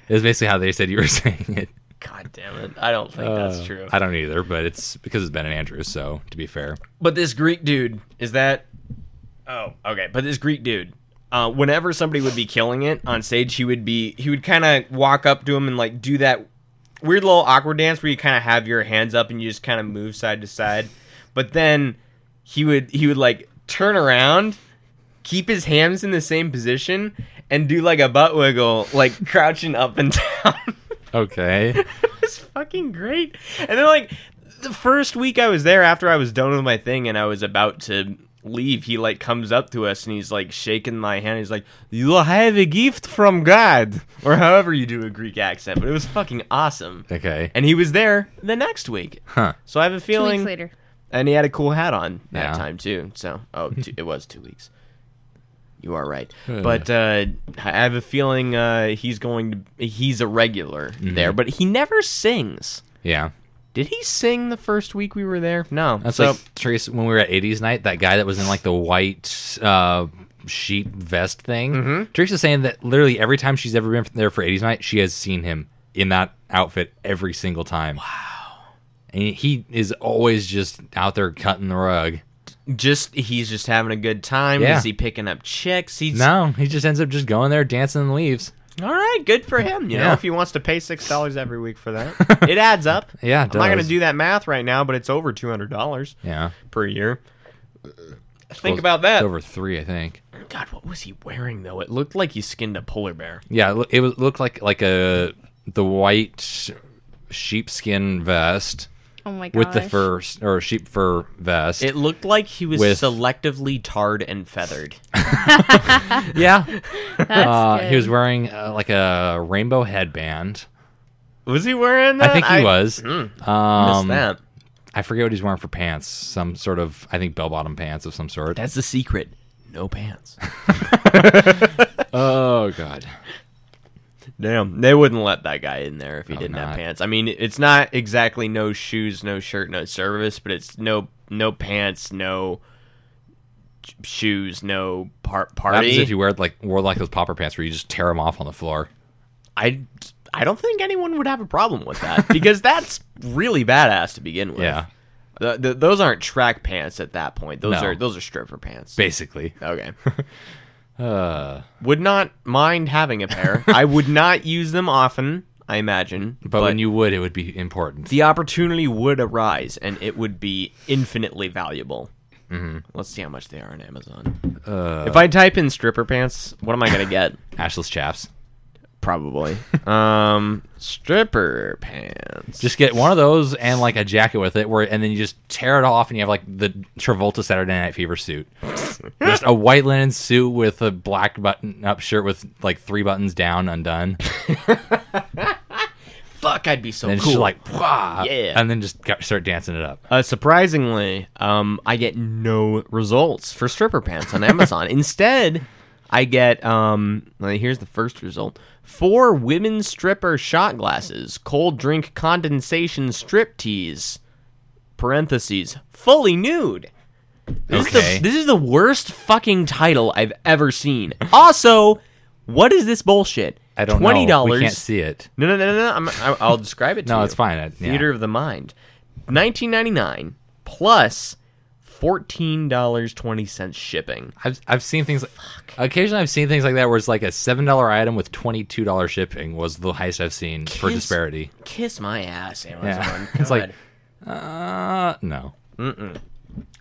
S3: Is basically how they said you were saying it.
S2: God damn it. I don't think that's
S3: Uh,
S2: true.
S3: I don't either, but it's because it's Ben and Andrew. So to be fair,
S2: But this Greek dude, is that. Oh, okay. But this Greek dude. Uh, whenever somebody would be killing it on stage, he would be he would kind of walk up to him and like do that weird little awkward dance where you kind of have your hands up and you just kind of move side to side. But then he would he would like turn around, keep his hands in the same position, and do like a butt wiggle, like crouching up and down.
S3: okay.
S2: was fucking great. And then like the first week I was there after I was done with my thing and I was about to leave, he like comes up to us and he's like shaking my hand. He's like, "You have a gift from God," or however you do a Greek accent. But it was fucking awesome.
S3: okay.
S2: And he was there the next week.
S3: Huh.
S2: So I have a
S4: Two
S2: feeling
S4: weeks later.
S2: and he had a cool hat on that
S3: Yeah.
S2: time too. So, oh, two, it was two weeks. You are right, but uh, I have a feeling uh, he's going to. He's a regular
S3: Mm-hmm.
S2: there, but he never sings.
S3: Yeah.
S2: Did he sing the first week we were there? No.
S3: That's
S2: so
S3: like Trace when we were at '80s night. That guy that was in like the white uh, sheep vest thing.
S2: Mm-hmm.
S3: mm Teresa's saying that literally every time she's ever been there for '80s night, she has seen him in that outfit every single time. Wow. And he is always just out there cutting the rug.
S2: just he's just having a good time.
S3: Yeah.
S2: Is he picking up chicks? He's
S3: No, he just ends up just going there, dancing, and leaves.
S2: all right. Good for him. You know,
S3: Yeah.
S2: if he wants to pay six dollars every week for that, it adds up.
S3: Yeah, it
S2: I'm not gonna
S3: does.
S2: do that math right now, but it's over two hundred dollars
S3: Yeah.
S2: per year. Think
S3: Well,
S2: about that.
S3: Uh, It's over three, I think.
S2: God, what was he wearing though? It looked like he skinned a polar bear.
S3: Yeah, it loo- it was- looked like like a the white sheepskin vest
S4: Oh my gosh.
S3: with the fur or sheep fur vest.
S2: It looked like he was
S3: With-
S2: selectively tarred and feathered.
S3: yeah,
S4: That's
S3: uh,
S4: good.
S3: he was wearing uh, like a rainbow headband.
S2: Was he wearing that?
S3: I think he was.
S2: Hmm. missed
S3: um,
S2: that.
S3: I forget what he's wearing for pants. Some sort of, I think, bell bottom pants of some sort.
S2: That's the secret. No pants.
S3: oh god.
S2: Damn, they wouldn't let that guy in there if he
S3: Probably
S2: didn't have
S3: not.
S2: pants. I mean, it's not exactly no shoes, no shirt, no service, but it's no no pants, no ch- shoes, no par-
S3: What happens
S2: party.
S3: if you wear like wore like those popper pants where you just tear them off on the floor?
S2: I I don't think anyone would have a problem with that because that's really badass to begin with.
S3: Yeah.
S2: Th th those aren't track pants at that point. Those
S3: No.
S2: are those are stripper pants.
S3: Basically.
S2: Okay.
S3: Uh.
S2: Would not mind having a pair. I would not use them often, I imagine.
S3: But, when you would, it would be important.
S2: the opportunity would arise and it would be infinitely valuable. Mm-hmm. Let's see how much they are on Amazon.
S3: Uh.
S2: if I type in stripper pants, what am I going to get?
S3: Ashless chaps.
S2: Probably. um, stripper pants.
S3: Just get one of those and like a jacket with it, where and then you just tear it off, and you have like the Travolta Saturday Night Fever suit, just a white linen suit with a black button-up shirt with like three buttons down, undone,
S2: fuck, I'd be so
S3: and it's
S2: cool.
S3: just like, "Wah!"
S2: Yeah.
S3: and then just got- start dancing it up.
S2: Uh, surprisingly, um, I get no results for stripper pants on Amazon. Instead, I get um, well, here's the first result: four women stripper shot glasses, cold drink condensation strip tease. Parentheses fully nude. This,
S3: Okay.
S2: is the, this is the worst fucking title I've ever seen. Also, what is this bullshit?
S3: I don't
S2: Twenty
S3: know. We
S2: dollars.
S3: can't see it.
S2: No, no, no, no, no. I'm, I- I'll describe it to you.
S3: No, it's fine. I- yeah.
S2: Theater of the Mind. 1999 plus $14.20 shipping.
S3: I've I've seen things. Occasionally, I've seen things like that where it's like a seven dollar item with twenty two dollar shipping was the highest I've seen for
S2: Kiss-
S3: disparity.
S2: Kiss my ass, Amazon.
S3: Yeah, it's like,
S2: God.
S3: uh, no.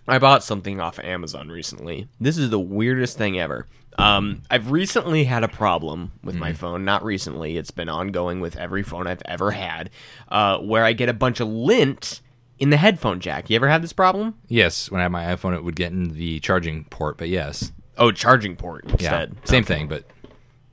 S2: I bought something off Amazon recently. This is the weirdest thing ever. Um, I've recently had a problem with my phone. Not recently, it's been ongoing with every phone I've ever had, uh, where I get a bunch of lint in the headphone jack. You ever had this problem?
S3: Yes, when I had my iPhone, it would get in the charging port, but yes,
S2: Oh, charging port
S3: yeah,
S2: instead.
S3: same thing, but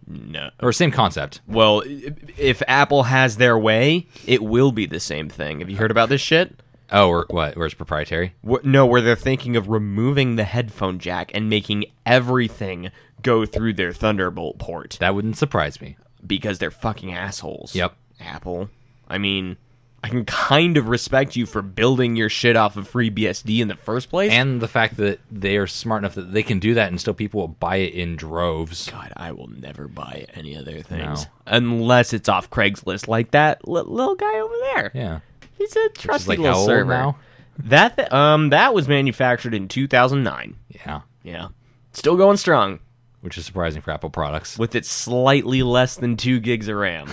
S2: No.
S3: or same concept.
S2: Well, i- if Apple has their way, it will be the same thing. Have you heard about this shit?
S3: Oh, or what? Where it's proprietary?
S2: Wh- No, where they're thinking of removing the headphone jack and making everything go through their Thunderbolt port
S3: That wouldn't surprise me.
S2: because they're fucking assholes.
S3: Yep.
S2: Apple. I mean, I can kind of respect you for building your shit off of FreeBSD in the first place.
S3: And the fact that they are smart enough that they can do that, and still people will buy it in droves.
S2: God, I will never buy any other things unless it's off Craigslist, like that li- little guy over there.
S3: Yeah,
S2: He's a trusty
S3: like, how
S2: little
S3: old
S2: server.
S3: now?
S2: That th- um that was manufactured in 2009.
S3: yeah,
S2: Yeah. Still going strong
S3: which is surprising for Apple products.
S2: with its slightly less than 2 gigs of RAM.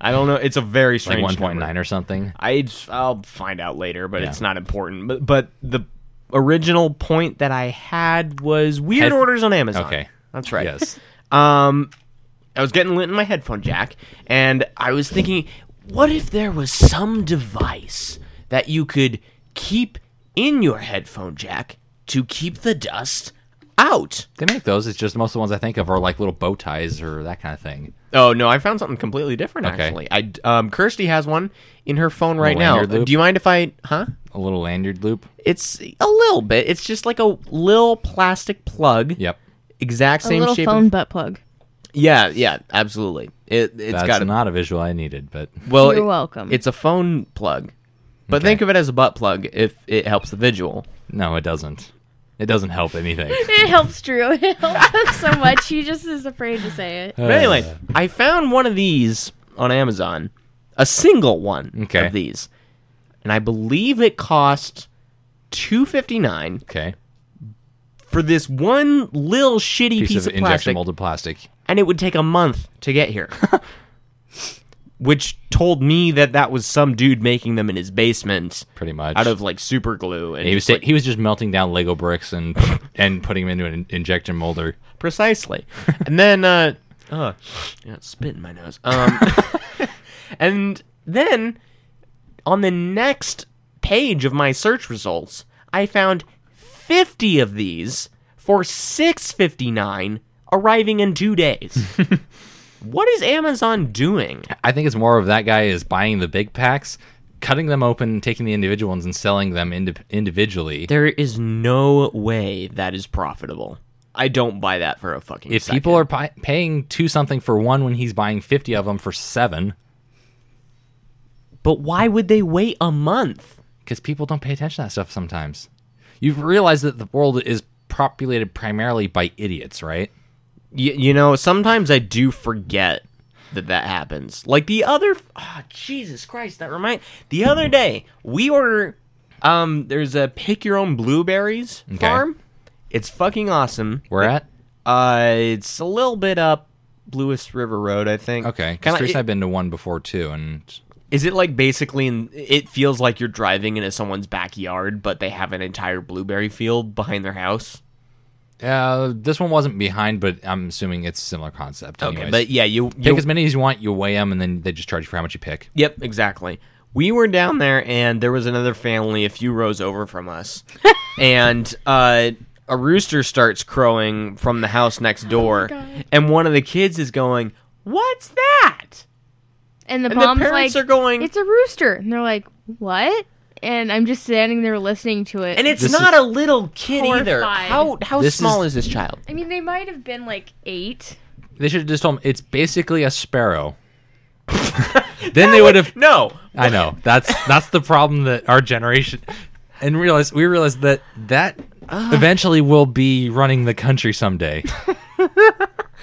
S2: I don't know, it's a very
S3: like
S2: strange
S3: one point
S2: number.
S3: nine or something.
S2: I I'll find out later, but
S3: Yeah.
S2: it's not important. But but the original point that I had was weird
S3: Head-
S2: orders on Amazon.
S3: Okay,
S2: That's right.
S3: Yes,
S2: Um, I was getting lit in my headphone jack, and I was thinking, what if there was some device that you could keep in your headphone jack to keep the dust out?
S3: they make those. It's just most of the ones I think of are like little bow ties or that kind of thing.
S2: Oh no, I found something completely different.
S3: Okay.
S2: Actually, I um, Kirsty has one in her phone right now.
S3: lanyard loop?
S2: Do you mind if I? Huh?
S3: A little lanyard loop.
S2: It's a little bit. It's just like a little plastic plug.
S3: Yep,
S2: Exact
S4: a
S2: same
S4: little
S2: shape.
S4: phone
S2: of-
S4: butt plug.
S2: yeah, yeah, absolutely. It it's
S3: that's
S2: got a
S3: not a visual I needed, but
S2: Well,
S4: You're
S2: it-
S4: welcome.
S2: It's a phone plug, but think of it as a butt plug if it helps the visual.
S3: no, it doesn't. It doesn't help anything.
S4: It helps Drew. It helps him so much. He just is afraid to say it.
S2: But anyway, I found one of these on Amazon, a single one
S3: Okay.
S2: of these, and I believe it cost two fifty nine
S3: Okay,
S2: for this one little shitty
S3: piece,
S2: piece,
S3: of,
S2: of,
S3: injection
S2: plastic,
S3: molded plastic.
S2: and it would take a month to get here. Which told me that that was some dude making them in his basement
S3: Pretty much.
S2: out of like super glue. And
S3: he was
S2: just, like,
S3: he was just melting down Lego bricks and and putting them into an injection molder.
S2: precisely. and then, uh, oh, yeah, it's spit in my nose. Um, and then on the next page of my search results, I found 50 of these for 6.59 arriving in 2 days. what is Amazon doing?
S3: I think it's more of that guy is buying the big packs, cutting them open, taking the individual ones, and selling them indi- individually.
S2: There is no way that is profitable. I don't buy that for a fucking
S3: if
S2: second.
S3: people are pi- paying two something for one when he's buying 50 of them for seven,
S2: But why would they wait a month?
S3: because people don't pay attention to that stuff sometimes. You've realized that the world is populated primarily by idiots, right?
S2: Y- you know, sometimes I do forget that that happens. Like the other, ah, Jesus Christ, that remind. The other day we order. Um, there's a pick your own blueberries
S3: Okay.
S2: farm. It's fucking awesome.
S3: We're at?
S2: Uh, it's a little bit up Lewis River Road, I think.
S3: Okay.
S2: Kinda-
S3: Because I've been to one before too, and
S2: Is it like basically in it feels like you're driving into someone's backyard, but they have an entire blueberry field behind their house?
S3: uh, this one wasn't behind, but I'm assuming it's a similar concept.
S2: Okay,
S3: anyways.
S2: but yeah, you,
S3: pick
S2: you
S3: as many as you want, you weigh them, and then they just charge you for how much you pick.
S2: Yep, exactly. We were down there, and there was another family a few rows over from us, and uh, a rooster starts crowing from the house
S4: Oh
S2: next door, and one of the kids is going, "What's that?"
S4: And the
S2: And the
S4: mom's
S2: parents
S4: like,
S2: are going-
S4: "It's a rooster," and they're like, "What?" And I'm just standing there listening to it.
S2: And it's
S3: This
S2: not
S3: is-
S2: a little kid either.
S4: Horrified.
S2: How how
S3: This
S2: small
S3: is-
S2: is, this child?
S4: I mean, they might have been like eight.
S3: They should have just told him it's basically a sparrow. then they would have.
S2: No,
S3: I know that's that's the problem that our generation and realize we realize that that eventually will be running the country someday.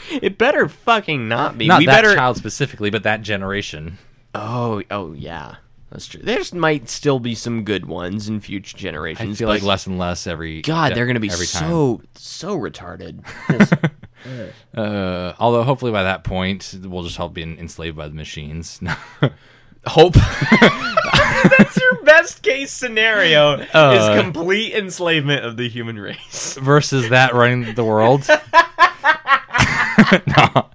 S2: it better fucking not be.
S3: Not
S2: we
S3: that
S2: better.
S3: child specifically, but that generation.
S2: Oh, oh yeah, that's true. There might still be some good ones in future
S3: I
S2: generations.
S3: feel like
S2: but
S3: less and less every.
S2: God, they're gonna be
S3: every time.
S2: so so retarded.
S3: Uh, although hopefully by that point we'll just all be enslaved by the machines.
S2: hope that's your best case scenario
S3: Uh.
S2: is complete enslavement of the human race
S3: versus that running the world. no.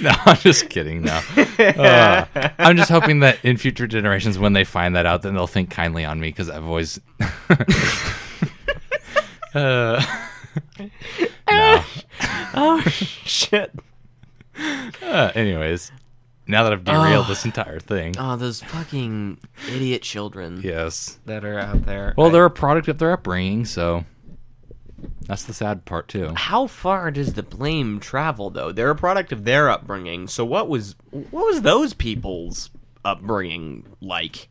S3: No, I'm just kidding. No. Uh, I'm just hoping that in future generations, when they find that out, then they'll think kindly on me because I've always. Uh, no.
S2: oh shit
S3: Uh, anyways, now that I've derailed this entire thing.
S2: oh those fucking idiot children
S3: Yes.
S2: that are out there
S3: Well, they're a product of their upbringing, so that's the sad part, too.
S2: how far does the blame travel though they're a product of their upbringing so what was what was those people's upbringing like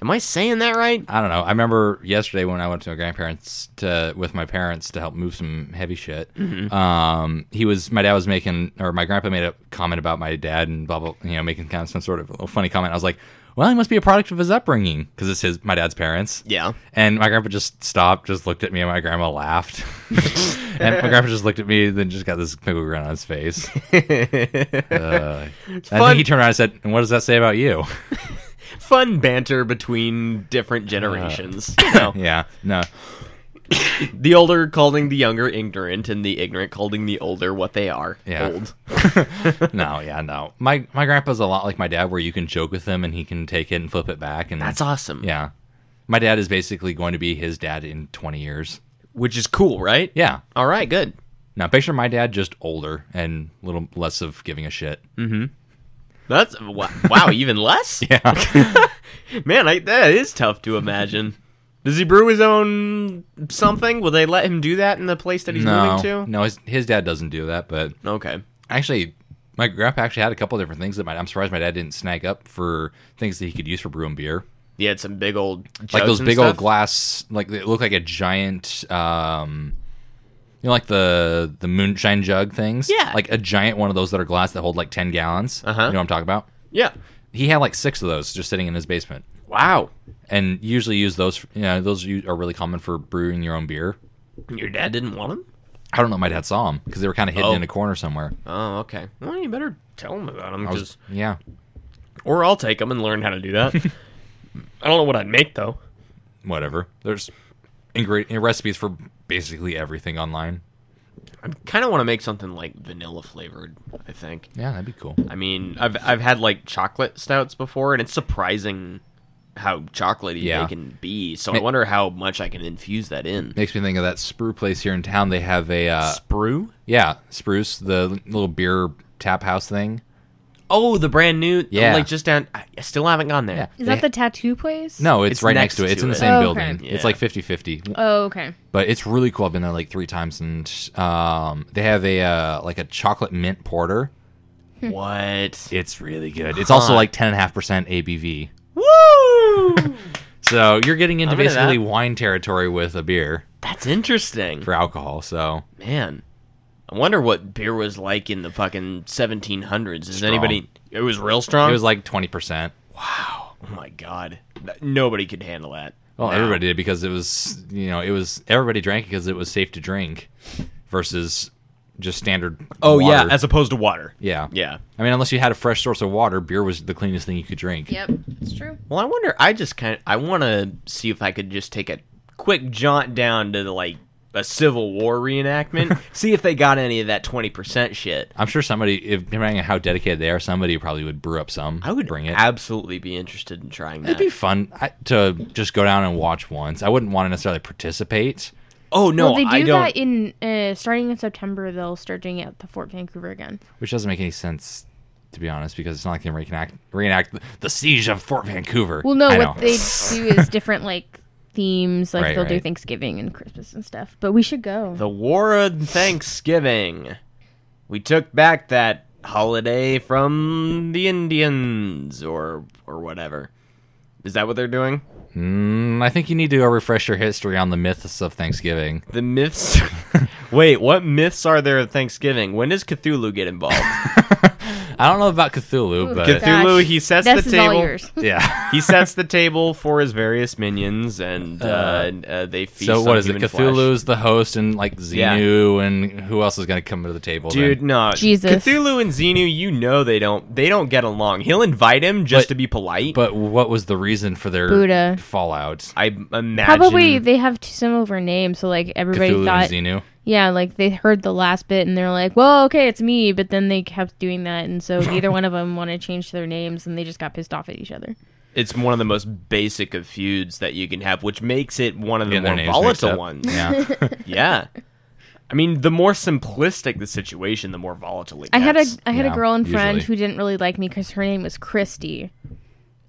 S2: am i saying that right
S3: I don't know. I remember yesterday when I went to my grandparents to with my parents to help move some heavy shit. Um, he was my dad was making or my grandpa made a comment about my dad and blah blah. You know, making kind of some sort of little funny comment. I was like, "Well, he must be a product of his upbringing because it's his my dad's parents."
S2: yeah
S3: And my grandpa just stopped, just looked at me, and my grandma laughed. and my grandpa just looked at me, then just got this big grin on his face. Uh, and
S2: fun.
S3: then he turned around and said, "And what does that say about you?"
S2: fun banter between different
S3: uh,
S2: generations you know?
S3: yeah, no.
S2: The older calling the younger ignorant, and the ignorant calling the older what they are.
S3: Yeah.
S2: Old.
S3: no, yeah, no. My my grandpa's a lot like my dad, where you can joke with him and he can take it and flip it back, and
S2: That's awesome.
S3: yeah. My dad is basically going to be his dad in twenty years.
S2: Which is cool, right?
S3: Yeah.
S2: All right, good.
S3: Now picture my dad just older and a little less of giving a shit.
S2: Mm. That's wow, wow even less?
S3: Yeah.
S2: Man, I, that is tough to imagine. Does he brew his own something? Will they let him do that in the place that he's
S3: no,
S2: moving to?
S3: no, his, his dad doesn't do that. But
S2: Okay.
S3: actually, my grandpa actually had a couple different things that my, I'm surprised my dad didn't snag up for things that he could use for brewing beer.
S2: Yeah, it's some big old
S3: like
S2: jugs
S3: those
S2: and
S3: big
S2: stuff.
S3: old glass like they look like a giant um you know like the the moonshine jug things
S2: Yeah.
S3: like a giant one of those that are glass that hold like 10 gallons
S2: Uh-huh.
S3: you know what i'm talking about
S2: Yeah.
S3: he had like six of those just sitting in his basement
S2: Wow.
S3: and usually use those you know those u- are really common for brewing your own beer
S2: Your dad didn't want him?
S3: i don't know my dad saw them because they were kind of hidden
S2: Oh.
S3: in a corner somewhere
S2: Oh, okay. Well, you better tell him about him,
S3: I was-
S2: 'cause-
S3: yeah
S2: or I'll take him and learn how to do that. I don't know what I'd make though.
S3: whatever there's ingredient recipes for basically everything online
S2: kind of want to make something like vanilla flavored. I think.
S3: yeah that'd be cool
S2: I mean, I've I've had like chocolate stouts before, and it's surprising how chocolatey
S3: Yeah.
S2: they can be. So I wonder how much I can infuse that in.
S3: Makes me think of that sprue place here in town. They have a uh,
S2: Sprue?
S3: yeah, spruce, the little beer tap house thing.
S2: Oh, the brand new.
S3: Yeah.
S2: Like just down. I I still haven't gone there.
S3: Yeah.
S4: Is
S3: They-
S4: that the tattoo place?
S3: No, it's,
S2: It's
S3: right
S2: next
S3: next to it.
S2: to
S3: It's in the
S2: it.
S3: same
S4: Okay.
S3: building. It's
S2: Yeah.
S3: like 50-50.
S4: Oh, okay.
S3: but it's really cool. I've been there like three times, and um, they have a uh, like a chocolate mint porter.
S2: What?
S3: It's really good. It's also
S2: Huh.
S3: like ten and a half percent ABV.
S2: Woo!
S3: So you're getting into
S2: I'm into
S3: basically
S2: that.
S3: wine territory with a beer
S2: That's interesting.
S3: for alcohol. So
S2: Man, I wonder what beer was like in the fucking 1700s. Is
S3: Strong.
S2: anybody? It was real strong.
S3: it was like twenty percent.
S2: wow. Oh my god. N- Nobody could handle that.
S3: Well,
S2: Nah.
S3: everybody did because it was you know it was everybody drank because it was safe to drink versus just standard.
S2: Oh yeah,
S3: water.
S2: as opposed to water.
S3: yeah,
S2: Yeah.
S3: I mean, unless you had a fresh source of water, beer was the cleanest thing you could drink.
S4: Yep, it's true.
S2: Well, I wonder. I just kind of. I want to see if I could just take a quick jaunt down to the like a Civil War reenactment. see if they got any of that twenty percent shit.
S3: I'm sure somebody, if, depending on how dedicated they are, somebody probably would brew up some.
S2: I would
S3: bring it.
S2: Absolutely, be interested in trying that.
S3: It'd be fun I, to just go down and watch once. I wouldn't want to necessarily participate.
S2: oh no,
S4: well, they do
S2: I don't.
S4: that in uh, starting in September. They'll start doing it at the Fort Vancouver again.
S3: Which doesn't make any sense, to be honest, because it's not like they can reenact, reenact the- the siege of Fort Vancouver.
S4: Well, no,
S3: I
S4: what
S3: know.
S4: they do is different like themes. Like
S3: Right,
S4: they'll do
S3: right.
S4: Thanksgiving and Christmas and stuff. But we should go.
S2: The War of Thanksgiving. We took back that holiday from the Indians or or whatever. Is that what they're doing?
S3: Mm, I think you need to go refresh your history on the myths of Thanksgiving.
S2: The myths Wait, what myths are there of Thanksgiving? When does Cthulhu get involved?
S3: I don't know about Cthulhu, but
S2: Cthulhu- Cthulhu, he sets the
S4: this is all
S2: table.
S4: yours.
S3: yeah.
S2: he sets the table for his various minions and uh, uh, they feast
S3: so
S2: on
S3: what is it?
S2: human flesh.
S3: Cthulhu's the host, and like
S2: Yeah.
S3: Xenu, and who else is going to come to the table? then?
S2: Dude, no.
S4: Jesus.
S2: Cthulhu and Xenu, you know they don't they don't get along. He'll invite him just
S3: But-
S2: to be polite.
S3: But what was the reason for their
S4: Buddha.
S3: fallout?
S2: I imagine
S4: Probably they have two similar names, so like everybody
S3: Cthulhu
S4: thought,
S3: and Xenu.
S4: yeah, like they heard the last bit and they're like, well, okay, it's me. But then they kept doing that, and so neither one of them wanted to change their names, and they just got pissed off at each other.
S2: it's one of the most basic of feuds that you can have, which makes it one of the
S3: Getting their
S2: more
S3: names mixed
S2: volatile
S3: up.
S2: ones.
S3: Yeah.
S2: yeah. I mean, the more simplistic the situation, the more volatile it
S4: I had a
S2: gets.
S4: I had
S3: Yeah,
S4: a girl in French
S3: usually.
S4: who didn't really like me because her name was Christy,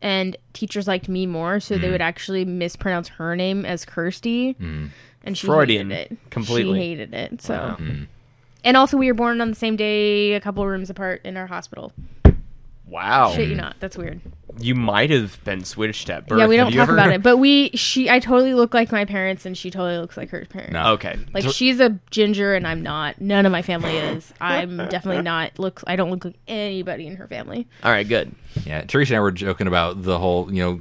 S4: and teachers liked me more, so
S3: Mm-hmm.
S4: they would actually mispronounce her name as Kirsty,
S3: Mm.
S4: and she
S2: Freudian,
S4: hated it
S2: completely.
S4: She hated it. So,
S3: Mm.
S4: and also we were born on the same day, a couple rooms apart in our hospital.
S3: Oh.
S2: Wow.
S4: Shit, you not. That's weird.
S2: You might have been switched at birth.
S4: Yeah, we don't
S2: Have you
S4: talk
S2: ever-
S4: about it, but we she I totally look like my parents, and she totally looks like her parents.
S3: No.
S2: Okay.
S4: Like she's a ginger and I'm not. None of my family is. I'm definitely not. Looks I don't look like anybody in her family.
S2: All right, good.
S3: Yeah, Teresa and I were joking about the whole, you know,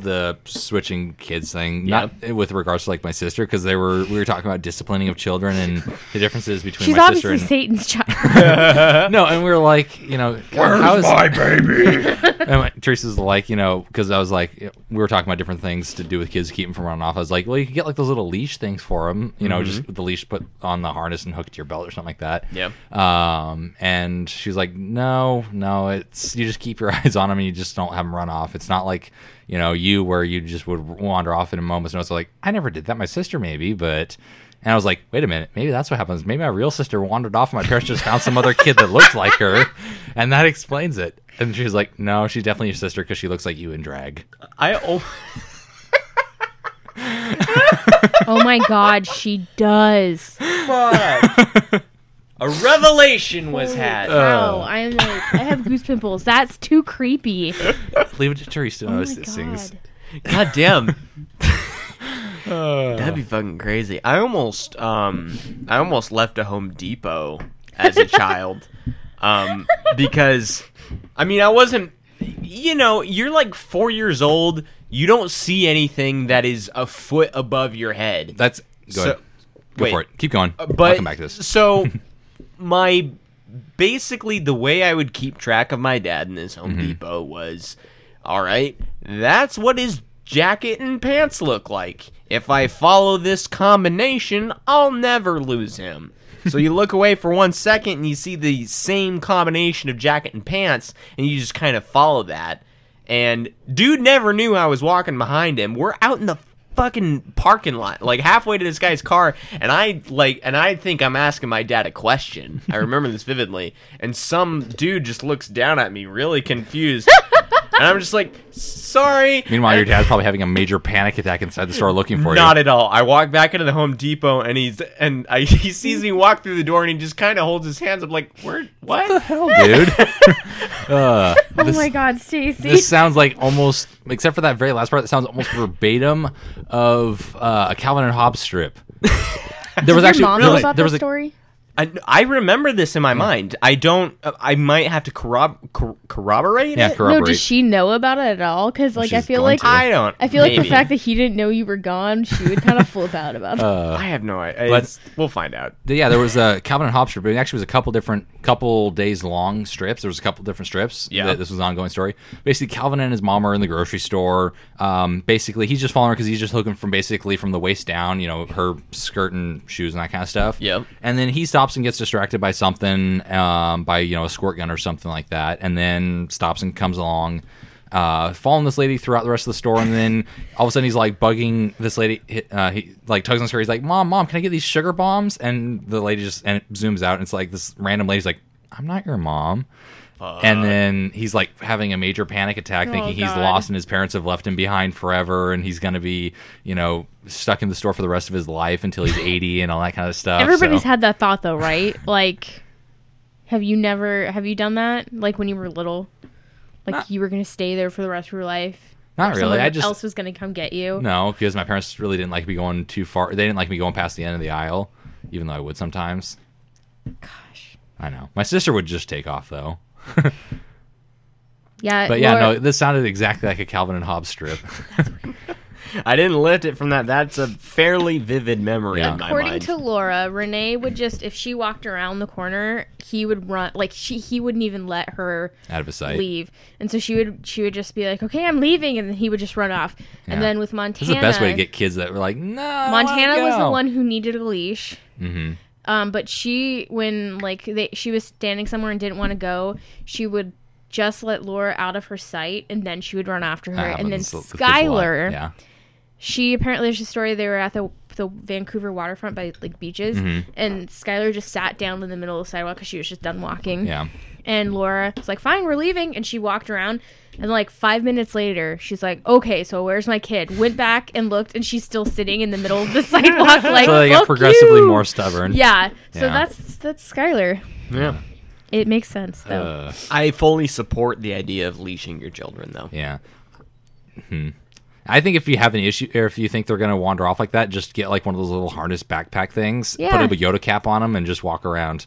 S3: the switching kids thing, not with regards to like my sister, because they were we were talking about disciplining of children and the differences between
S4: She's
S3: my sister
S4: obviously
S3: and
S4: Satan's child.
S3: no, and we were like, you know, God, how is my baby? and my, Teresa's like, you know, because I was like, we were talking about different things to do with kids to keep them from running off. I was like, well, you could get like those little leash things for them, you know, just with the leash put on the harness and hooked to your belt or something like that.
S2: Yeah.
S3: Um, and she's like, no, no, it's you just keep your eyes on them and you just don't have them run off. It's not like you know you where you just would wander off in a moment's notice. Like I never did that. My sister maybe, but. And I was like, wait a minute, maybe that's what happens. Maybe my real sister wandered off and my parents just found some other kid that looked like her. And that explains it. And she was like, no, she's definitely your sister because she looks like you in drag.
S2: I oh,
S4: oh my god, she does.
S2: a revelation was
S3: Uh.
S2: had.
S4: Wow, I am like I have goose pimples. That's too creepy. Oh
S3: Leave it to Teresa to
S4: my
S3: notice these things.
S4: god.
S2: God damn. That'd be fucking crazy. I almost um I almost left a Home Depot as a child. Um because I mean I wasn't you know, you're like four years old, you don't see anything that is a foot above your head.
S3: That's go
S2: So-
S3: ahead. Go
S2: wait. Uh,
S3: for it. Keep going.
S2: but
S3: I'll come back to this.
S2: so my basically the way I would keep track of my dad in this Home
S3: Mm-hmm.
S2: Depot was all right, that's what his jacket and pants look like. If I follow this combination, I'll never lose him. So you look away for one second and you see the same combination of jacket and pants and you just kind of follow that and dude never knew I was walking behind him. We're out in the fucking parking lot, like halfway to this guy's car, and I like and I think I'm asking my dad a question. I remember this vividly, and some dude just looks down at me, really confused. And I'm just like, sorry.
S3: Meanwhile, your dad's probably having a major panic attack inside the store looking for
S2: Not
S3: you.
S2: at all. I walk back into the Home Depot and he's and I, he sees me walk through the door and he just kind of holds his hands up like, "Where? What?"
S3: Oh, dude. uh,
S4: Oh
S3: this,
S4: my God, Stacy.
S3: this sounds like almost, except for that very last part, that sounds almost verbatim of uh, a Calvin and Hobbes strip. There was
S4: Your
S3: actually
S4: mom
S3: there
S4: knows
S3: was,
S4: about
S3: there
S4: that
S3: was a,
S4: story.
S2: I, I remember this in my mind. I don't. uh, I might have to corrob- cor- corroborate
S3: yeah
S2: it.
S3: corroborate.
S4: No, does she know about it at all? Because like I
S3: she's
S4: feel
S3: going
S4: like
S3: to.
S2: I don't.
S4: I feel like
S2: maybe.
S4: the fact that he didn't know you were gone, she would kind of flip out about. it.
S2: I have no idea.
S3: Let's-
S2: It's- we'll find out.
S3: Th- yeah, there was a Calvin and Hobbes strip. but It actually was a couple different, couple days long strips. There was a couple different strips.
S2: Yeah.
S3: that this was an ongoing story. Basically, Calvin and his mom are in the grocery store. Um, basically, he's just following her because he's just looking from basically from the waist down. You know, her skirt and shoes and that kind of stuff.
S2: Yep.
S3: And then he stops and gets distracted by something, um, by you know a squirt gun or something like that, and then stops and comes along. Uh, following this lady throughout the rest of the store, and then all of a sudden he's like bugging this lady. He- Uh, he like tugs on his skirt. He's like, "Mom, mom, can I get these sugar bombs?" And the lady just and it zooms out, and it's like this random lady's like, "I'm not your mom." And then he's like having a major panic attack, thinking he's
S4: Oh, God.
S3: lost and his parents have left him behind forever, and he's gonna be, you know, stuck in the store for the rest of his life until he's eighty and all that kind of stuff.
S4: Everybody's
S3: so.
S4: had that thought though, right? like, have you never have you done that? Like when you were little, like
S3: Not-
S4: you were gonna stay there for the rest of your life.
S3: Not really.
S4: Someone
S3: I just
S4: else was gonna come get you.
S3: no, because my parents really didn't like me going too far. They didn't like me going past the end of the aisle, even though I would sometimes.
S4: Gosh.
S3: I know my sister would just take off though.
S4: Yeah.
S3: But yeah,
S4: Laura-
S3: no, this sounded exactly like a Calvin and Hobbes strip.
S2: I didn't lift it from that. That's a fairly vivid memory in my
S4: According
S2: mind.
S4: to Laura, Renee would just if she walked around the corner, he would run like she he wouldn't even let her
S3: Out of his sight.
S4: leave. And so she would she would just be like, "Okay, I'm leaving," and then he would just run off.
S3: Yeah.
S4: And then with
S3: This
S4: Montana,
S3: is the best way to get kids that were like, no. I wanna
S4: Montana was the
S3: go."
S4: one who needed a leash. Mm-hmm. Um, but she, when like they, she was standing somewhere and didn't want to go, she would just let Laura out of her sight, and then she would run after her.
S3: That
S4: and then
S3: happens with kids a lot.
S4: Skylar,
S3: Yeah.
S4: she apparently there's a story they were at the the Vancouver waterfront by like beaches,
S3: Mm-hmm.
S4: and Skylar just sat down in the middle of the sidewalk because she was just done walking.
S3: Yeah.
S4: And Laura was like, "Fine, we're leaving," and she walked around. And like five minutes later, she's like, "Okay, so where's my kid?" Went back and looked, and she's still sitting in the middle of the sidewalk. Like,
S3: So they got
S4: "Fuck
S3: progressively
S4: you!"
S3: more stubborn.
S4: Yeah. So
S3: Yeah.
S4: that's that's Skylar.
S2: yeah.
S4: It makes sense though.
S3: Uh,
S2: I fully support the idea of leashing your children, though.
S3: yeah. Hmm. I think if you have an issue, or if you think they're going to wander off like that, just get like one of those little harness backpack things,
S4: Yeah.
S3: put a Yoda cap on them, and just walk around.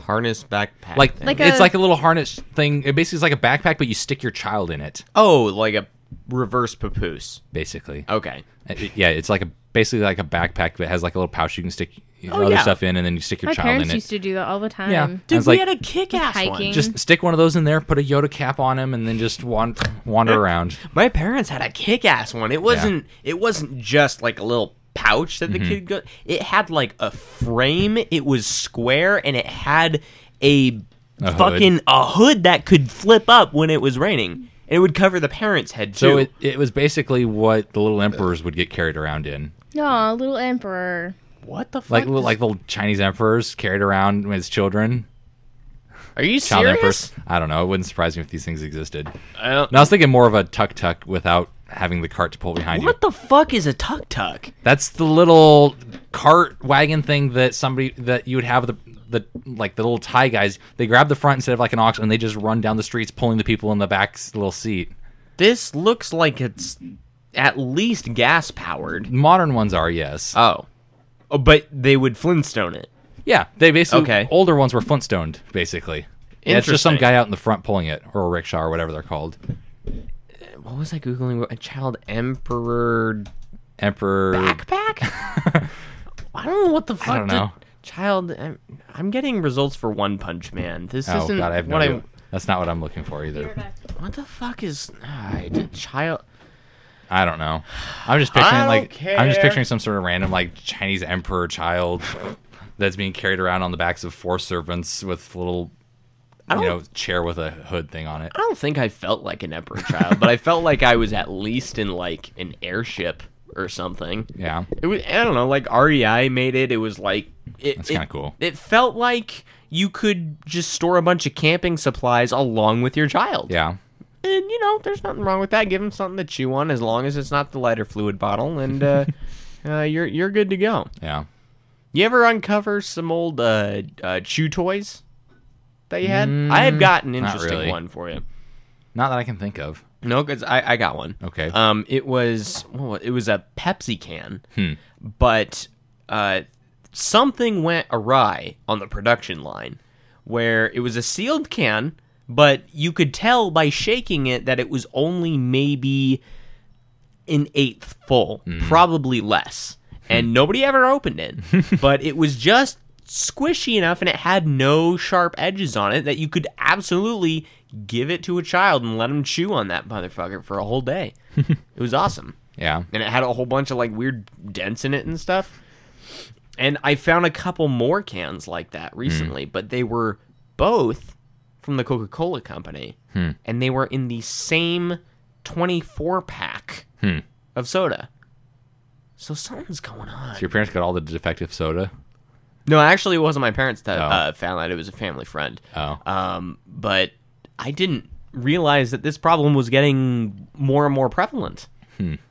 S2: Harness backpack.
S3: Like,
S2: thing.
S4: Like
S3: it's
S4: a-
S3: like a little harness thing. It basically is like a backpack, but you stick your child in it.
S2: oh, like a reverse papoose.
S3: Basically, Uh,
S2: Okay.
S3: It- it- yeah, it's like a basically like a backpack that has like a little pouch you can stick
S2: Oh,
S3: other
S2: yeah.
S3: stuff in, and then you stick your
S4: my
S3: child in
S4: parents
S3: it.
S4: used to do that all the time.
S3: Yeah.
S2: Dude,
S3: was
S2: we
S3: like-
S2: had a kick-ass
S4: Like
S2: one.
S4: hiking.
S2: Just-
S3: just stick one of those in there, put a Yoda cap on him, and then just wand- wander around.
S2: my parents had a kick-ass one. It wasn't. It wasn't just like a little pouch that the
S3: Mm-hmm.
S2: kid got. It had like a frame. It was square, and it had a,
S3: A hood.
S2: fucking a hood that could flip up when it was raining. And it would cover the parents' head too.
S3: So it, it was basically what the little emperors would get carried around in.
S4: Aw, little emperor.
S2: what the fuck?
S3: Like
S2: is-
S3: like little Chinese emperors carried around as children.
S2: are you
S3: Child
S2: serious?
S3: emperors. I don't know. It wouldn't surprise me if these things existed.
S2: I don't-
S3: No, I was thinking more of a tuk tuk without having the cart to pull behind you.
S2: What the fuck is a tuk tuk?
S3: That's the little cart wagon thing that somebody that you would have the the like the little Thai guys. They grab the front instead of like an ox, and they just run down the streets pulling the people in the back's little seat.
S2: This looks like it's at least gas powered.
S3: Modern ones are yes.
S2: Oh. oh, but they would Flintstone it.
S3: Yeah, they basically
S2: Okay.
S3: older ones were Flintstoned, basically. Yeah, it's just some
S2: Interesting.
S3: guy out in the front pulling it, or a rickshaw, or whatever they're called.
S2: What was I googling? A child emperor
S3: Emperor.
S2: backpack? I don't know what the fuck.
S3: don't
S2: to-
S3: know.
S2: Child, I'm, I'm getting results for One Punch Man. This
S3: Oh
S2: isn't
S3: God, I have no.
S2: what
S3: idea. That's not what I'm looking for either.
S2: I. What the fuck is ah, I did child?
S3: I don't know. I'm just picturing
S2: I
S3: like
S2: don't
S3: I'm just
S2: care.
S3: picturing some sort of random like Chinese emperor child that's being carried around on the backs of four servants with little
S2: I
S3: you
S2: don't-
S3: know chair with a hood thing on it.
S2: I don't think I felt like an emperor child, but I felt like I was at least in like an airship or something.
S3: Yeah.
S2: It was, I don't know, like REI made it. It was like it,
S3: That's
S2: it-
S3: kinda cool.
S2: It felt like you could just store a bunch of camping supplies along with your child.
S3: Yeah.
S2: and you know, there's nothing wrong with that. Give them something to chew on as long as it's not the lighter fluid bottle, and uh, uh, you're you're good to go.
S3: Yeah.
S2: You ever uncover some old uh, uh, chew toys that you had? I have got an
S3: Mm, not
S2: interesting
S3: really.
S2: one for you.
S3: Not that I can think of.
S2: No, because I, I got one.
S3: Okay.
S2: Um, it was well, it was a Pepsi can,
S3: Hmm.
S2: but uh, something went awry on the production line, where it was a sealed can, but you could tell by shaking it that it was only maybe an eighth full, probably less, and nobody ever opened it. but it was just squishy enough, and it had no sharp edges on it that you could absolutely give it to a child and let them chew on that motherfucker for a whole day. it was awesome
S3: Yeah.
S2: and it had a whole bunch of like weird dents in it and stuff. And I found a couple more cans like that
S3: Hmm.
S2: recently, but they were both from the Coca Cola company,
S3: Hmm.
S2: and they were in the same 24 pack
S3: Hmm.
S2: of soda. So something's going on.
S3: So your parents got all the defective soda.
S2: No, actually, it wasn't my parents that
S3: Oh.
S2: uh, found that. It was a family friend.
S3: Oh.
S2: Um, but I didn't realize that this problem was getting more and more prevalent.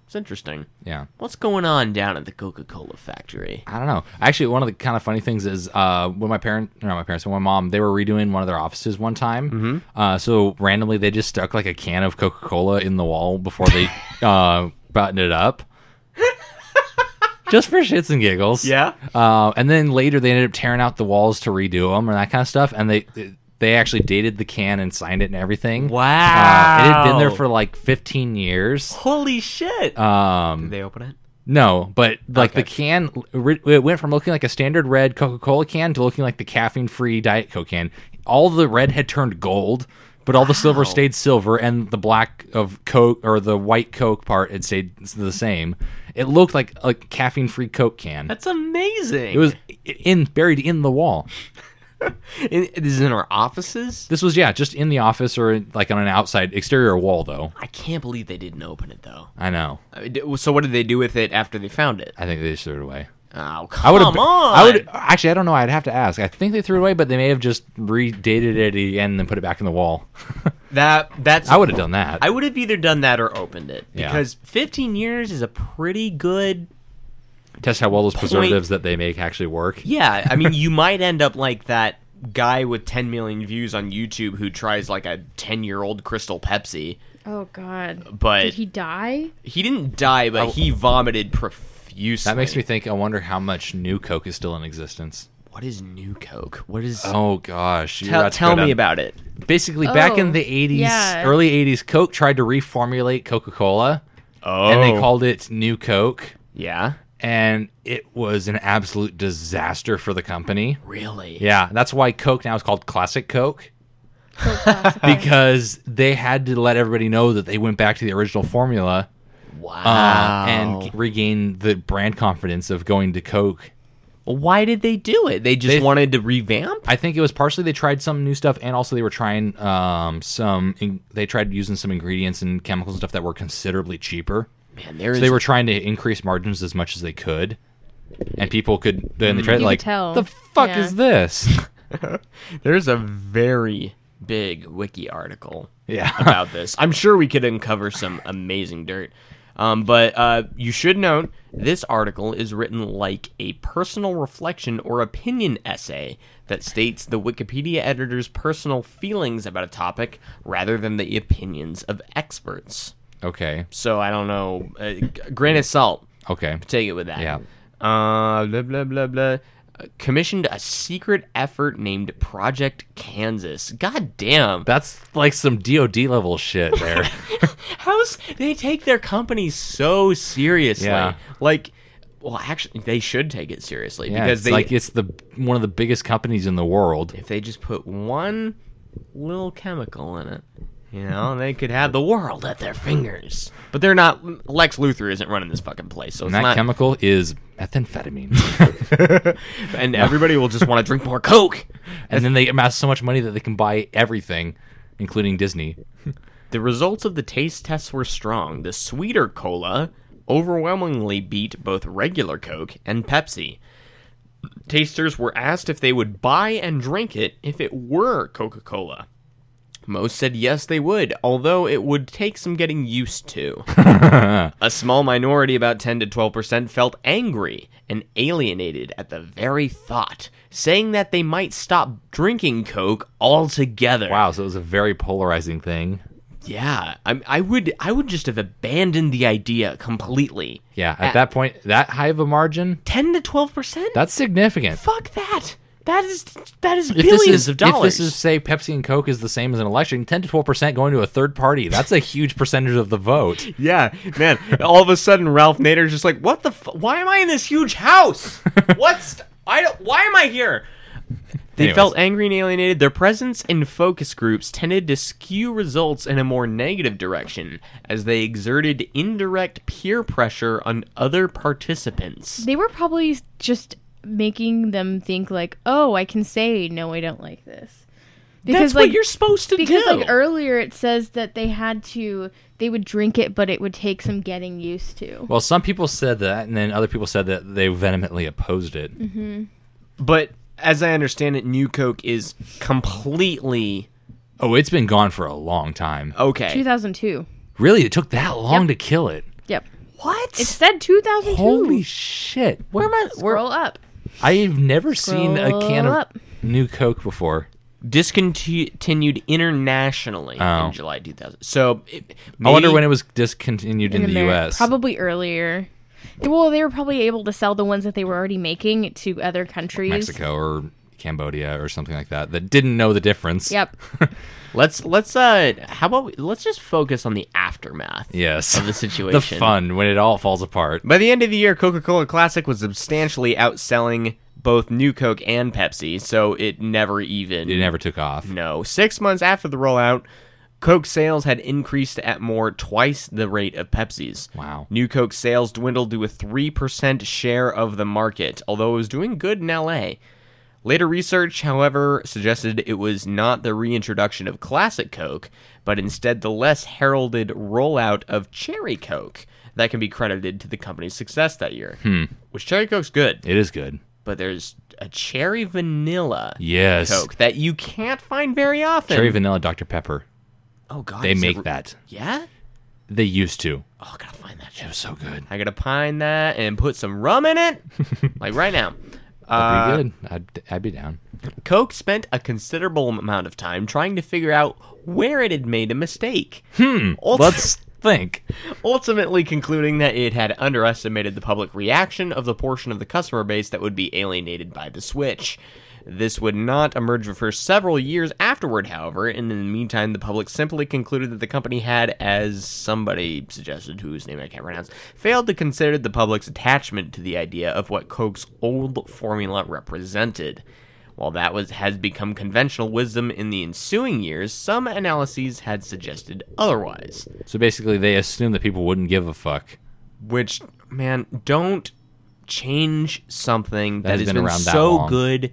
S2: It's interesting.
S3: Hmm. Yeah.
S2: What's going on down at the Coca Cola factory?
S3: I don't know. Actually, one of the kind of funny things is uh, when my parents, no, my parents, when my mom, they were redoing one of their offices one time.
S2: Mm-hmm.
S3: Uh, so randomly, they just stuck like a can of Coca Cola in the wall before they uh, buttoned it up, just for shits and giggles.
S2: Yeah.
S3: Uh, and then later, they ended up tearing out the walls to redo them and that kind of stuff. And they they actually dated the can and signed it and everything. Uh, it had been there
S2: Wow.
S3: for like 15 years.
S2: Holy shit!
S3: Um,
S2: Did they open it?
S3: no, but like the
S2: Okay.
S3: can, ri- it went from looking like a standard red Coca Cola can to looking like the caffeine free Diet Coke can. All the red had turned gold, but all the silver stayed silver, and the black of Coke or the white Coke part had stayed s- the same. It looked like a caffeine free Coke can.
S2: That's amazing.
S3: it was i- in buried in the wall.
S2: It, it is in our offices.
S3: This was yeah, just in the office or like on an outside exterior wall though.
S2: I can't believe they didn't open it though.
S3: I know.
S2: I mean, d- So what did they do with it after they found it?
S3: I think they just threw it away.
S2: Oh
S3: I would have.
S2: come on!
S3: I would actually. I don't know. I'd have to ask. I think they threw it away, but they may have just redated it again and then put it back in the wall.
S2: That that's
S3: I would have done that.
S2: I would have either done that or opened it
S3: Yeah.
S2: because 15 years is a pretty good.
S3: Test how well those preservatives that they make actually work.
S2: Yeah, I mean, you might end up like that guy with 10 million views on YouTube who tries like a 10 year old Crystal Pepsi,
S4: Oh God.
S2: but
S4: Did he die?
S2: He didn't die, but he vomited profusely.
S3: That makes me think. I wonder how much new Coke is still in existence.
S2: What is New Coke? What is?
S3: Oh gosh! you're
S2: tell
S3: about to go
S2: tell
S3: down-
S2: me about it.
S3: Basically, back in
S4: Oh,
S3: the '80s,
S4: yeah.
S3: early '80s, Coke tried to reformulate Coca-Cola,
S2: Oh,
S3: and they called it New Coke,
S2: Yeah,
S3: and it was an absolute disaster for the company.
S2: really?
S3: Yeah, that's why Coke now is called Classic Coke.
S4: So classic.
S3: because they had to let everybody know that they went back to the original formula
S2: Wow.
S3: uh,
S2: Oh.
S3: and g- regain the brand confidence of going to Coke.
S2: why did they do it? They just
S3: They-
S2: wanted to revamp.
S3: I think it was partially they tried some new stuff, and also they were trying um, some. In- they tried using some ingredients and chemicals and stuff that were considerably cheaper.
S2: Man, there
S3: So
S2: is.
S3: they were trying to increase margins as much as they could, and people could. And they tried
S4: could
S3: like,
S4: tell.
S3: the fuck
S4: Yeah.
S3: is this?
S2: There's a very big wiki article
S3: yeah,
S2: about this. I'm sure we could uncover some amazing dirt. Um, but uh, you should note this article is written like a personal reflection or opinion essay that states the Wikipedia editor's personal feelings about a topic rather than the opinions of experts.
S3: okay,
S2: So I don't know. Uh, g- grain of salt.
S3: okay,
S2: Take it with that.
S3: Yeah.
S2: Uh, blah, blah, blah, blah. Uh, Commissioned a secret effort named Project Kansas. God damn.
S3: that's like some DoD level shit there.
S2: How's they take their company so seriously?
S3: Yeah.
S2: Like, well, actually, they should take it seriously
S3: Yeah,
S2: because
S3: it's
S2: they
S3: like it's the one of the biggest companies in the world.
S2: if they just put one little chemical in it, You know, they could have the world at their fingers, but they're not. Lex Luthor isn't running this fucking place, so it's
S3: And that
S2: not.
S3: chemical is methamphetamine.
S2: and everybody will just want to drink more Coke.
S3: and then they amass so much money that they can buy everything, including Disney.
S2: The results of the taste tests were strong. The sweeter cola overwhelmingly beat both regular Coke and Pepsi. Tasters were asked if they would buy and drink it if it were Coca Cola. Most said yes, they would, although it would take some getting used to. A small minority, about 10 to 12%, felt angry and alienated at the very thought, saying that they might stop drinking Coke altogether.
S3: Wow, so it was a very polarizing thing.
S2: Yeah, I, I would I would just have abandoned the idea completely.
S3: Yeah, at that point, that high of a margin,
S2: Ten to twelve percent.
S3: that's significant.
S2: Fuck that. That is that is
S3: If
S2: billions
S3: this is
S2: of dollars.
S3: if this is say Pepsi and Coke is the same as an election, ten to twelve percent going to a third party. That's a huge percentage of the vote.
S2: yeah, man. All of a sudden, Ralph Nader's just like, "What the? F- why am I in this huge house? What's I? Don't, why am I here?" They
S3: Anyways.
S2: felt angry and alienated. Their presence in focus groups tended to skew results in a more negative direction as they exerted indirect peer pressure on other participants.
S4: They were probably just making them think like, "Oh, I can say no, I don't like this."
S2: That's what you're supposed to
S4: because
S2: do.
S4: like earlier it says that they had to they would drink it, but it would take some getting used to.
S3: Well, some people said that, and then other people said that they vehemently opposed it.
S2: Mm-hmm. But as I understand it, New Coke is completely
S3: Oh, it's been gone for a long time.
S2: okay.
S4: 2002.
S3: Really, it took that long to kill it.
S4: Yep.
S2: What?
S4: It said 2002.
S3: Holy shit! Where am I? Where,
S4: Scroll up.
S3: I've never seen a can of
S4: Scroll up.
S3: new Coke before.
S2: discontinued internationally
S3: Oh.
S2: in July 2000. So it,
S3: I wonder when it was discontinued in, the
S4: Ameri-
S3: U.S.
S4: Probably earlier. Well, they were probably able to sell the ones that they were already making to other countries.
S3: Mexico or Cambodia or something like that that didn't know the difference.
S4: Yep.
S2: let's let's uh how about we, let's just focus on the aftermath.
S3: Yes.
S2: Of the
S3: the
S2: situation.
S3: fun when it all falls apart.
S2: By the end of the year, Coca-Cola Classic was substantially outselling both New Coke and Pepsi, so it never even
S3: It never took off.
S2: No. Six months after the rollout, Coke sales had increased at more twice the rate of Pepsi's.
S3: Wow.
S2: New Coke sales dwindled to a 3% share of the market, although it was doing good in LA. Later research, however, suggested it was not the reintroduction of classic Coke, but instead the less heralded rollout of Cherry Coke that can be credited to the company's success that year. Which Cherry Coke's good,
S3: It is good.
S2: but there's a cherry vanilla
S3: Yes.
S2: Coke that you can't find very often.
S3: Cherry vanilla Dr. Pepper.
S2: oh god,
S3: They
S2: is
S3: make
S2: it-
S3: that.
S2: Yeah.
S3: They used to.
S2: Oh, I gotta find that
S3: It
S2: shit.
S3: was so good.
S2: I gotta find that and put some rum in it, like right now. Uh,
S3: Pretty good. I'd, I'd be down.
S2: Coke spent a considerable amount of time trying to figure out where it had made a mistake. Hmm.
S3: Let's think.
S2: ultimately concluding that it had underestimated the public reaction of the portion of the customer base that would be alienated by the Switch. This would not emerge for several years afterward, however, and in the meantime, the public simply concluded that the company had, as somebody suggested, whose name I can't pronounce, failed to consider the public's attachment to the idea of what Coke's old formula represented. While that was has become conventional wisdom in the ensuing years, some analyses had suggested otherwise
S3: So basically, they assumed that people wouldn't give a fuck.
S2: which man don't change something that,
S3: has
S2: has
S3: been
S2: been,
S3: around that
S2: so
S3: long.
S2: good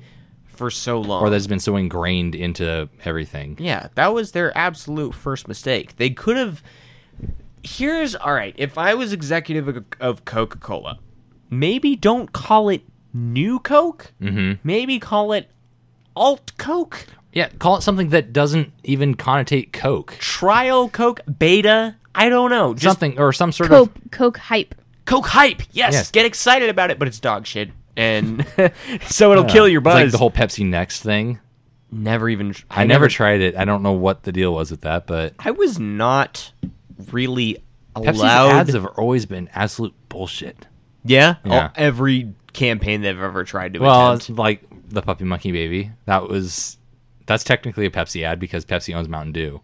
S2: for so long
S3: Or that's been so ingrained into everything.
S2: yeah that was their absolute first mistake they could have here's all right if i was executive of- of coca-cola maybe don't call it new coke mm-hmm. maybe call it alt coke
S3: Yeah, call it something that doesn't even connotate Coke.
S2: trial coke beta i don't know just
S3: something or some sort of
S4: Coke,
S3: uh,
S4: Coke hype.
S2: coke hype yes,
S3: Yes.
S2: get excited about it but it's dog shit and so it'll kill your
S3: It's
S2: buzz
S3: like the whole Pepsi Next thing.
S2: never even tr-
S3: I, never tried it. I don't know what the deal was with that, but
S2: I was not really
S3: Pepsi's
S2: allowed.
S3: ads have always been absolute bullshit.
S2: yeah,
S3: Yeah.
S2: All- every campaign they've ever tried to
S3: Well, it's
S2: attempt.
S3: like the Puppy Monkey Baby. That was that's technically a Pepsi ad because Pepsi owns Mountain Dew.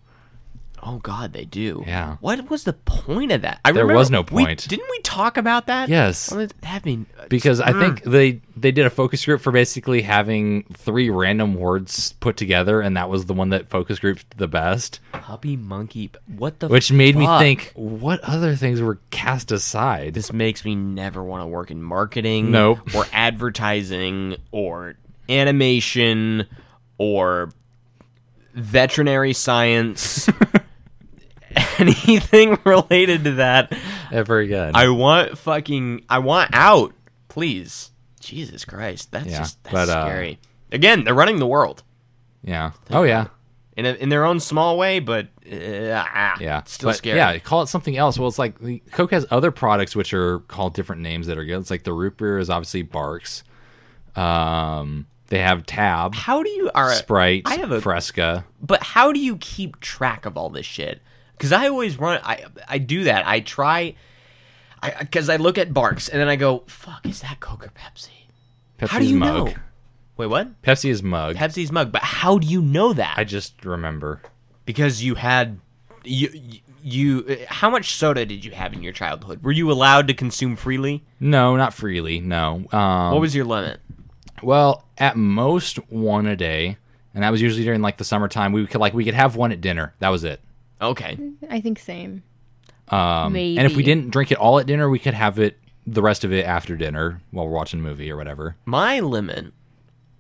S2: Oh God, they do.
S3: Yeah.
S2: What was the point of that? I
S3: There
S2: remember
S3: was no
S2: we-
S3: point.
S2: didn't we talk about that?
S3: Yes.
S2: Well, that mean
S3: because I think they they did a focus group for basically having three random words put together, and that was the one that focus grouped the best,
S2: puppy monkey. What the
S3: which made me
S2: fuck?
S3: think, what other things were cast aside?
S2: This makes me never want to work in marketing,
S3: Nope.
S2: or advertising, or animation, or veterinary science. Anything related to that,
S3: ever again.
S2: I want fucking I want out, please. Jesus Christ, that's
S3: Yeah,
S2: just that's
S3: but, uh,
S2: scary. Again, they're running the world
S3: yeah. Oh yeah.
S2: in a, in their own small way, but uh, ah,
S3: Yeah.
S2: it's still
S3: But,
S2: scary.
S3: Yeah. Call it something else. Well, it's like the, Coke has other products which are called different names that are good. It's like the root beer is obviously Barks. Um, they have Tab,
S2: How do you are
S3: Sprite,
S2: I have a
S3: Fresca.
S2: but how do you keep track of all this shit? Because I always run, I I do that. I try, I because I look at Barks and then I go, fuck, is that Coke or Pepsi?
S3: Pepsi's
S2: how do you
S3: mug.
S2: know? Wait, what?
S3: Pepsi is mug.
S2: Pepsi's mug, but how do you know that?
S3: I just remember.
S2: because you had you you how much soda did you have in your childhood? Were you allowed to consume freely?
S3: No, not freely. No. Um,
S2: What was your limit?
S3: well, at most one a day, and that was usually during like the summertime. We could like we could have one at dinner. That was it.
S2: Okay,
S4: I think same.
S3: Um, And if we
S4: Maybe.
S3: didn't drink it all at dinner, we could have it the rest of it after dinner while we're watching a movie or whatever.
S2: my limit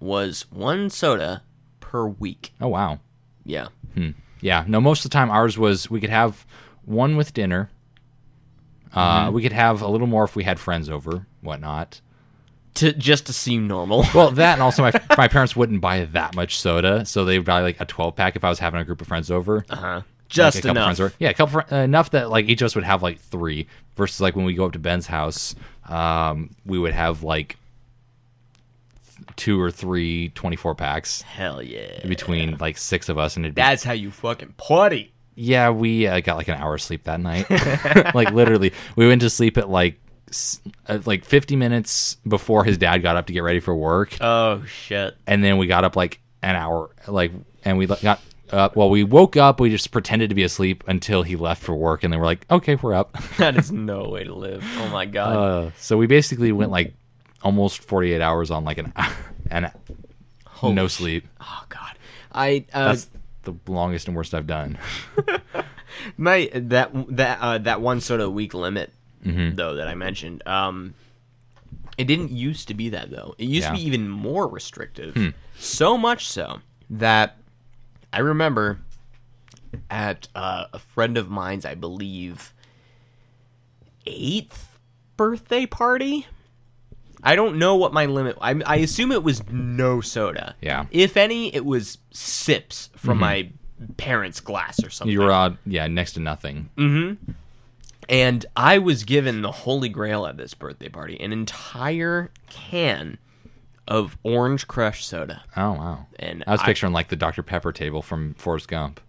S2: was one soda per week.
S3: Oh wow.
S2: Yeah,
S3: Yeah. No, most of the time ours was we could have one with dinner. Uh, We could have a little more if we had friends over, whatnot.
S2: to just to seem normal.
S3: Well, that and also my my parents wouldn't buy that much soda, so they would buy like a twelve pack if I was having a group of friends over.
S2: Uh-huh.
S3: Like,
S2: Just
S3: a couple
S2: enough.
S3: friends over. Yeah, a couple fr- uh, enough that like each of us would have like three. Versus like when we go up to Ben's house, um, we would have like th- two or three 24 packs
S2: Hell yeah.
S3: between like six of us, and it'd be
S2: That's how you fucking party.
S3: yeah, we uh, got like an hour of sleep that night. like literally, we went to sleep at like s- uh, like 50 minutes before his dad got up to get ready for work,
S2: Oh shit.
S3: and then we got up like an hour, like, and we like, got up. Well, we woke up. We just pretended to be asleep until he left for work, and then we're like, okay, we're up.
S2: That is no way to live. Oh my god.
S3: Uh, so we basically went like almost 48 hours on like an an no sleep.
S2: oh god. I uh,
S3: That's the longest and worst I've done.
S2: my that that uh, that one soda a week limit
S3: Mm-hmm.
S2: though that I mentioned. Um it didn't used to be that though. It used to
S3: Yeah. Hmm.
S2: be even more restrictive. So much so that I remember at uh, a friend of mine's, I believe, eighth birthday party. I don't know what my limit. I, I assume it was no soda.
S3: Yeah. Mm-hmm.
S2: If any, it was sips from my parents' glass or something.
S3: You were on yeah, next to nothing.
S2: Mm. And I was given the holy grail at this birthday party an entire can of orange crush soda.
S3: Oh wow.
S2: And
S3: I was
S2: I-
S3: picturing like the Dr. Pepper table from Forrest Gump.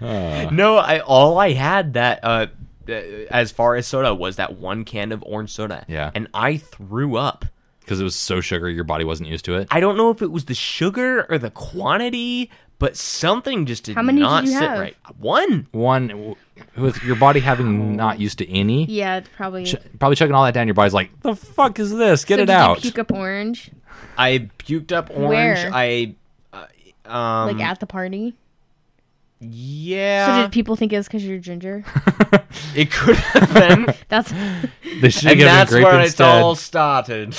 S2: No, I all I had that uh uh, as far as soda was that one can of orange soda.
S3: Yeah.
S2: And I threw up.
S3: Because it was so sugary your body wasn't used to it.
S2: I don't know if it was the sugar or the quantity, but something just did
S4: How many did
S2: not
S4: you
S2: sit
S4: have?
S2: right. One.
S3: One w- with your body having not used to any,
S4: Oh. Yeah, it's probably.
S3: ch- probably chugging all that down, your body's like, the fuck is this? Get
S4: So
S3: it
S4: did
S3: out.
S4: You puke up orange,
S2: I puked up orange.
S4: Where?
S2: I uh, um
S4: like at the party. so
S2: yeah.
S4: did people think it was because you're ginger?
S2: it could have been.
S4: That's
S3: they should have
S2: and
S3: given him
S2: that's
S3: grape
S2: where it
S3: instead.
S2: all started.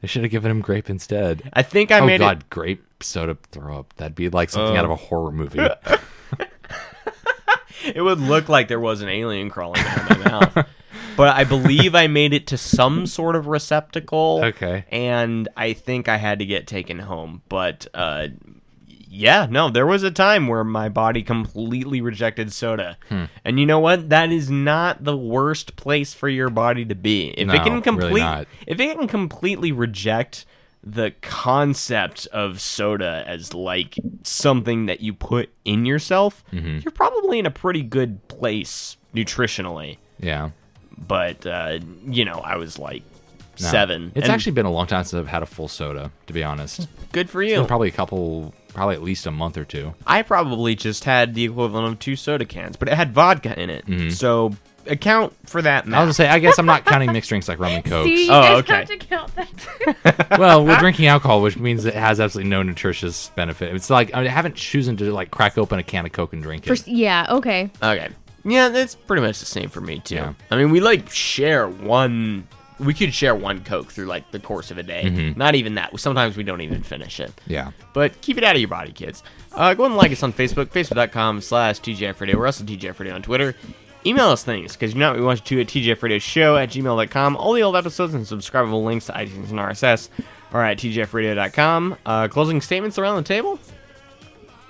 S3: They should have given him grape instead.
S2: I think I
S3: oh
S2: made
S3: god,
S2: it. Oh.
S3: grape soda throw up. That'd be like something out of a horror movie.
S2: It would look like there was an alien crawling out of my mouth. But I believe I made it to some sort of receptacle.
S3: Okay.
S2: And I think I had to get taken home. But uh, yeah, no, there was a time where my body completely rejected soda.
S3: Hmm.
S2: And you know what? That is not the worst place for your body to be. If
S3: No,
S2: it can
S3: really
S2: complete,
S3: not.
S2: if it can completely reject the concept of soda as like something that you put in yourself,
S3: Mm-hmm.
S2: you're probably in a pretty good place nutritionally.
S3: yeah.
S2: But uh, you know, I was like
S3: No.
S2: seven.
S3: It's
S2: and
S3: actually been a long time since I've had a full soda, to be honest.
S2: good for you.
S3: Probably a couple probably at least a month or two.
S2: I probably just had the equivalent of two soda cans, but it had vodka in it. So account for that
S3: I was
S2: now.
S3: gonna say, I guess I'm not counting mixed drinks like rum and coke.
S4: See, you
S2: Oh,
S4: guys
S2: okay.
S4: have to count that.
S3: well, we're drinking alcohol, which means it has absolutely no nutritious benefit. It's like I haven't chosen to like crack open a can of Coke and drink it.
S4: For, yeah, okay.
S2: Okay. Yeah, that's pretty much the same for me too.
S3: Yeah.
S2: I mean, we like share one. We could share one Coke through like the course of a day. Not even that. Sometimes we don't even finish it.
S3: yeah.
S2: But keep it out of your body, kids. Uh, go and like us on Facebook, facebook.com slash TGFRadio. We're also TGFRadio on Twitter. Email us things, because you know what we want you to at TGFRadioShow at gmail.com. All the old episodes and subscribable links to iTunes and RSS are at TGFRadio.com. Uh, closing statements around the table?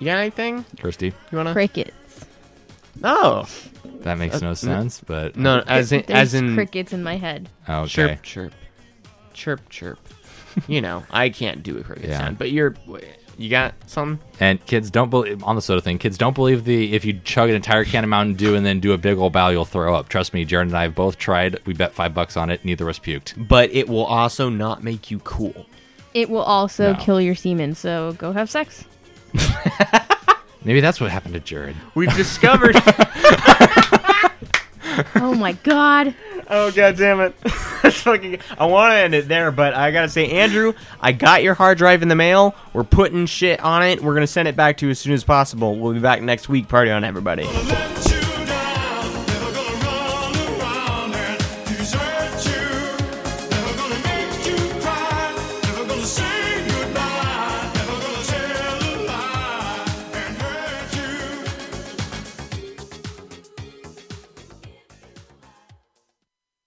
S2: You got anything
S3: Kirsty,
S2: you want to?
S4: Crickets.
S2: No.
S3: that makes no sense, but
S2: Uh,
S3: uh,
S2: No, as in, as
S4: There's
S2: in
S4: crickets in my head.
S3: okay.
S2: chirp, chirp, chirp, chirp. you know, I can't do a cricket
S3: Yeah.
S2: sound, but you're, you got something?
S3: And kids don't believe on the soda thing. Kids don't believe the if you chug an entire can of Mountain Dew and then do a big old bow, you'll throw up. Trust me, Jared and I have both tried. We bet five bucks on it. Neither of us puked.
S2: But it will also not make you cool.
S4: It will also
S3: No.
S4: kill your semen, so go have sex.
S3: Maybe that's what happened to Jared.
S2: We've discovered.
S4: Oh my god.
S2: oh god damn it! That's fucking- I want to end it there, but I gotta say, Andrew, I got your hard drive in the mail. We're putting shit on it. We're gonna send it back to you as soon as possible. We'll be back next week. Party on, everybody.
S5: Let you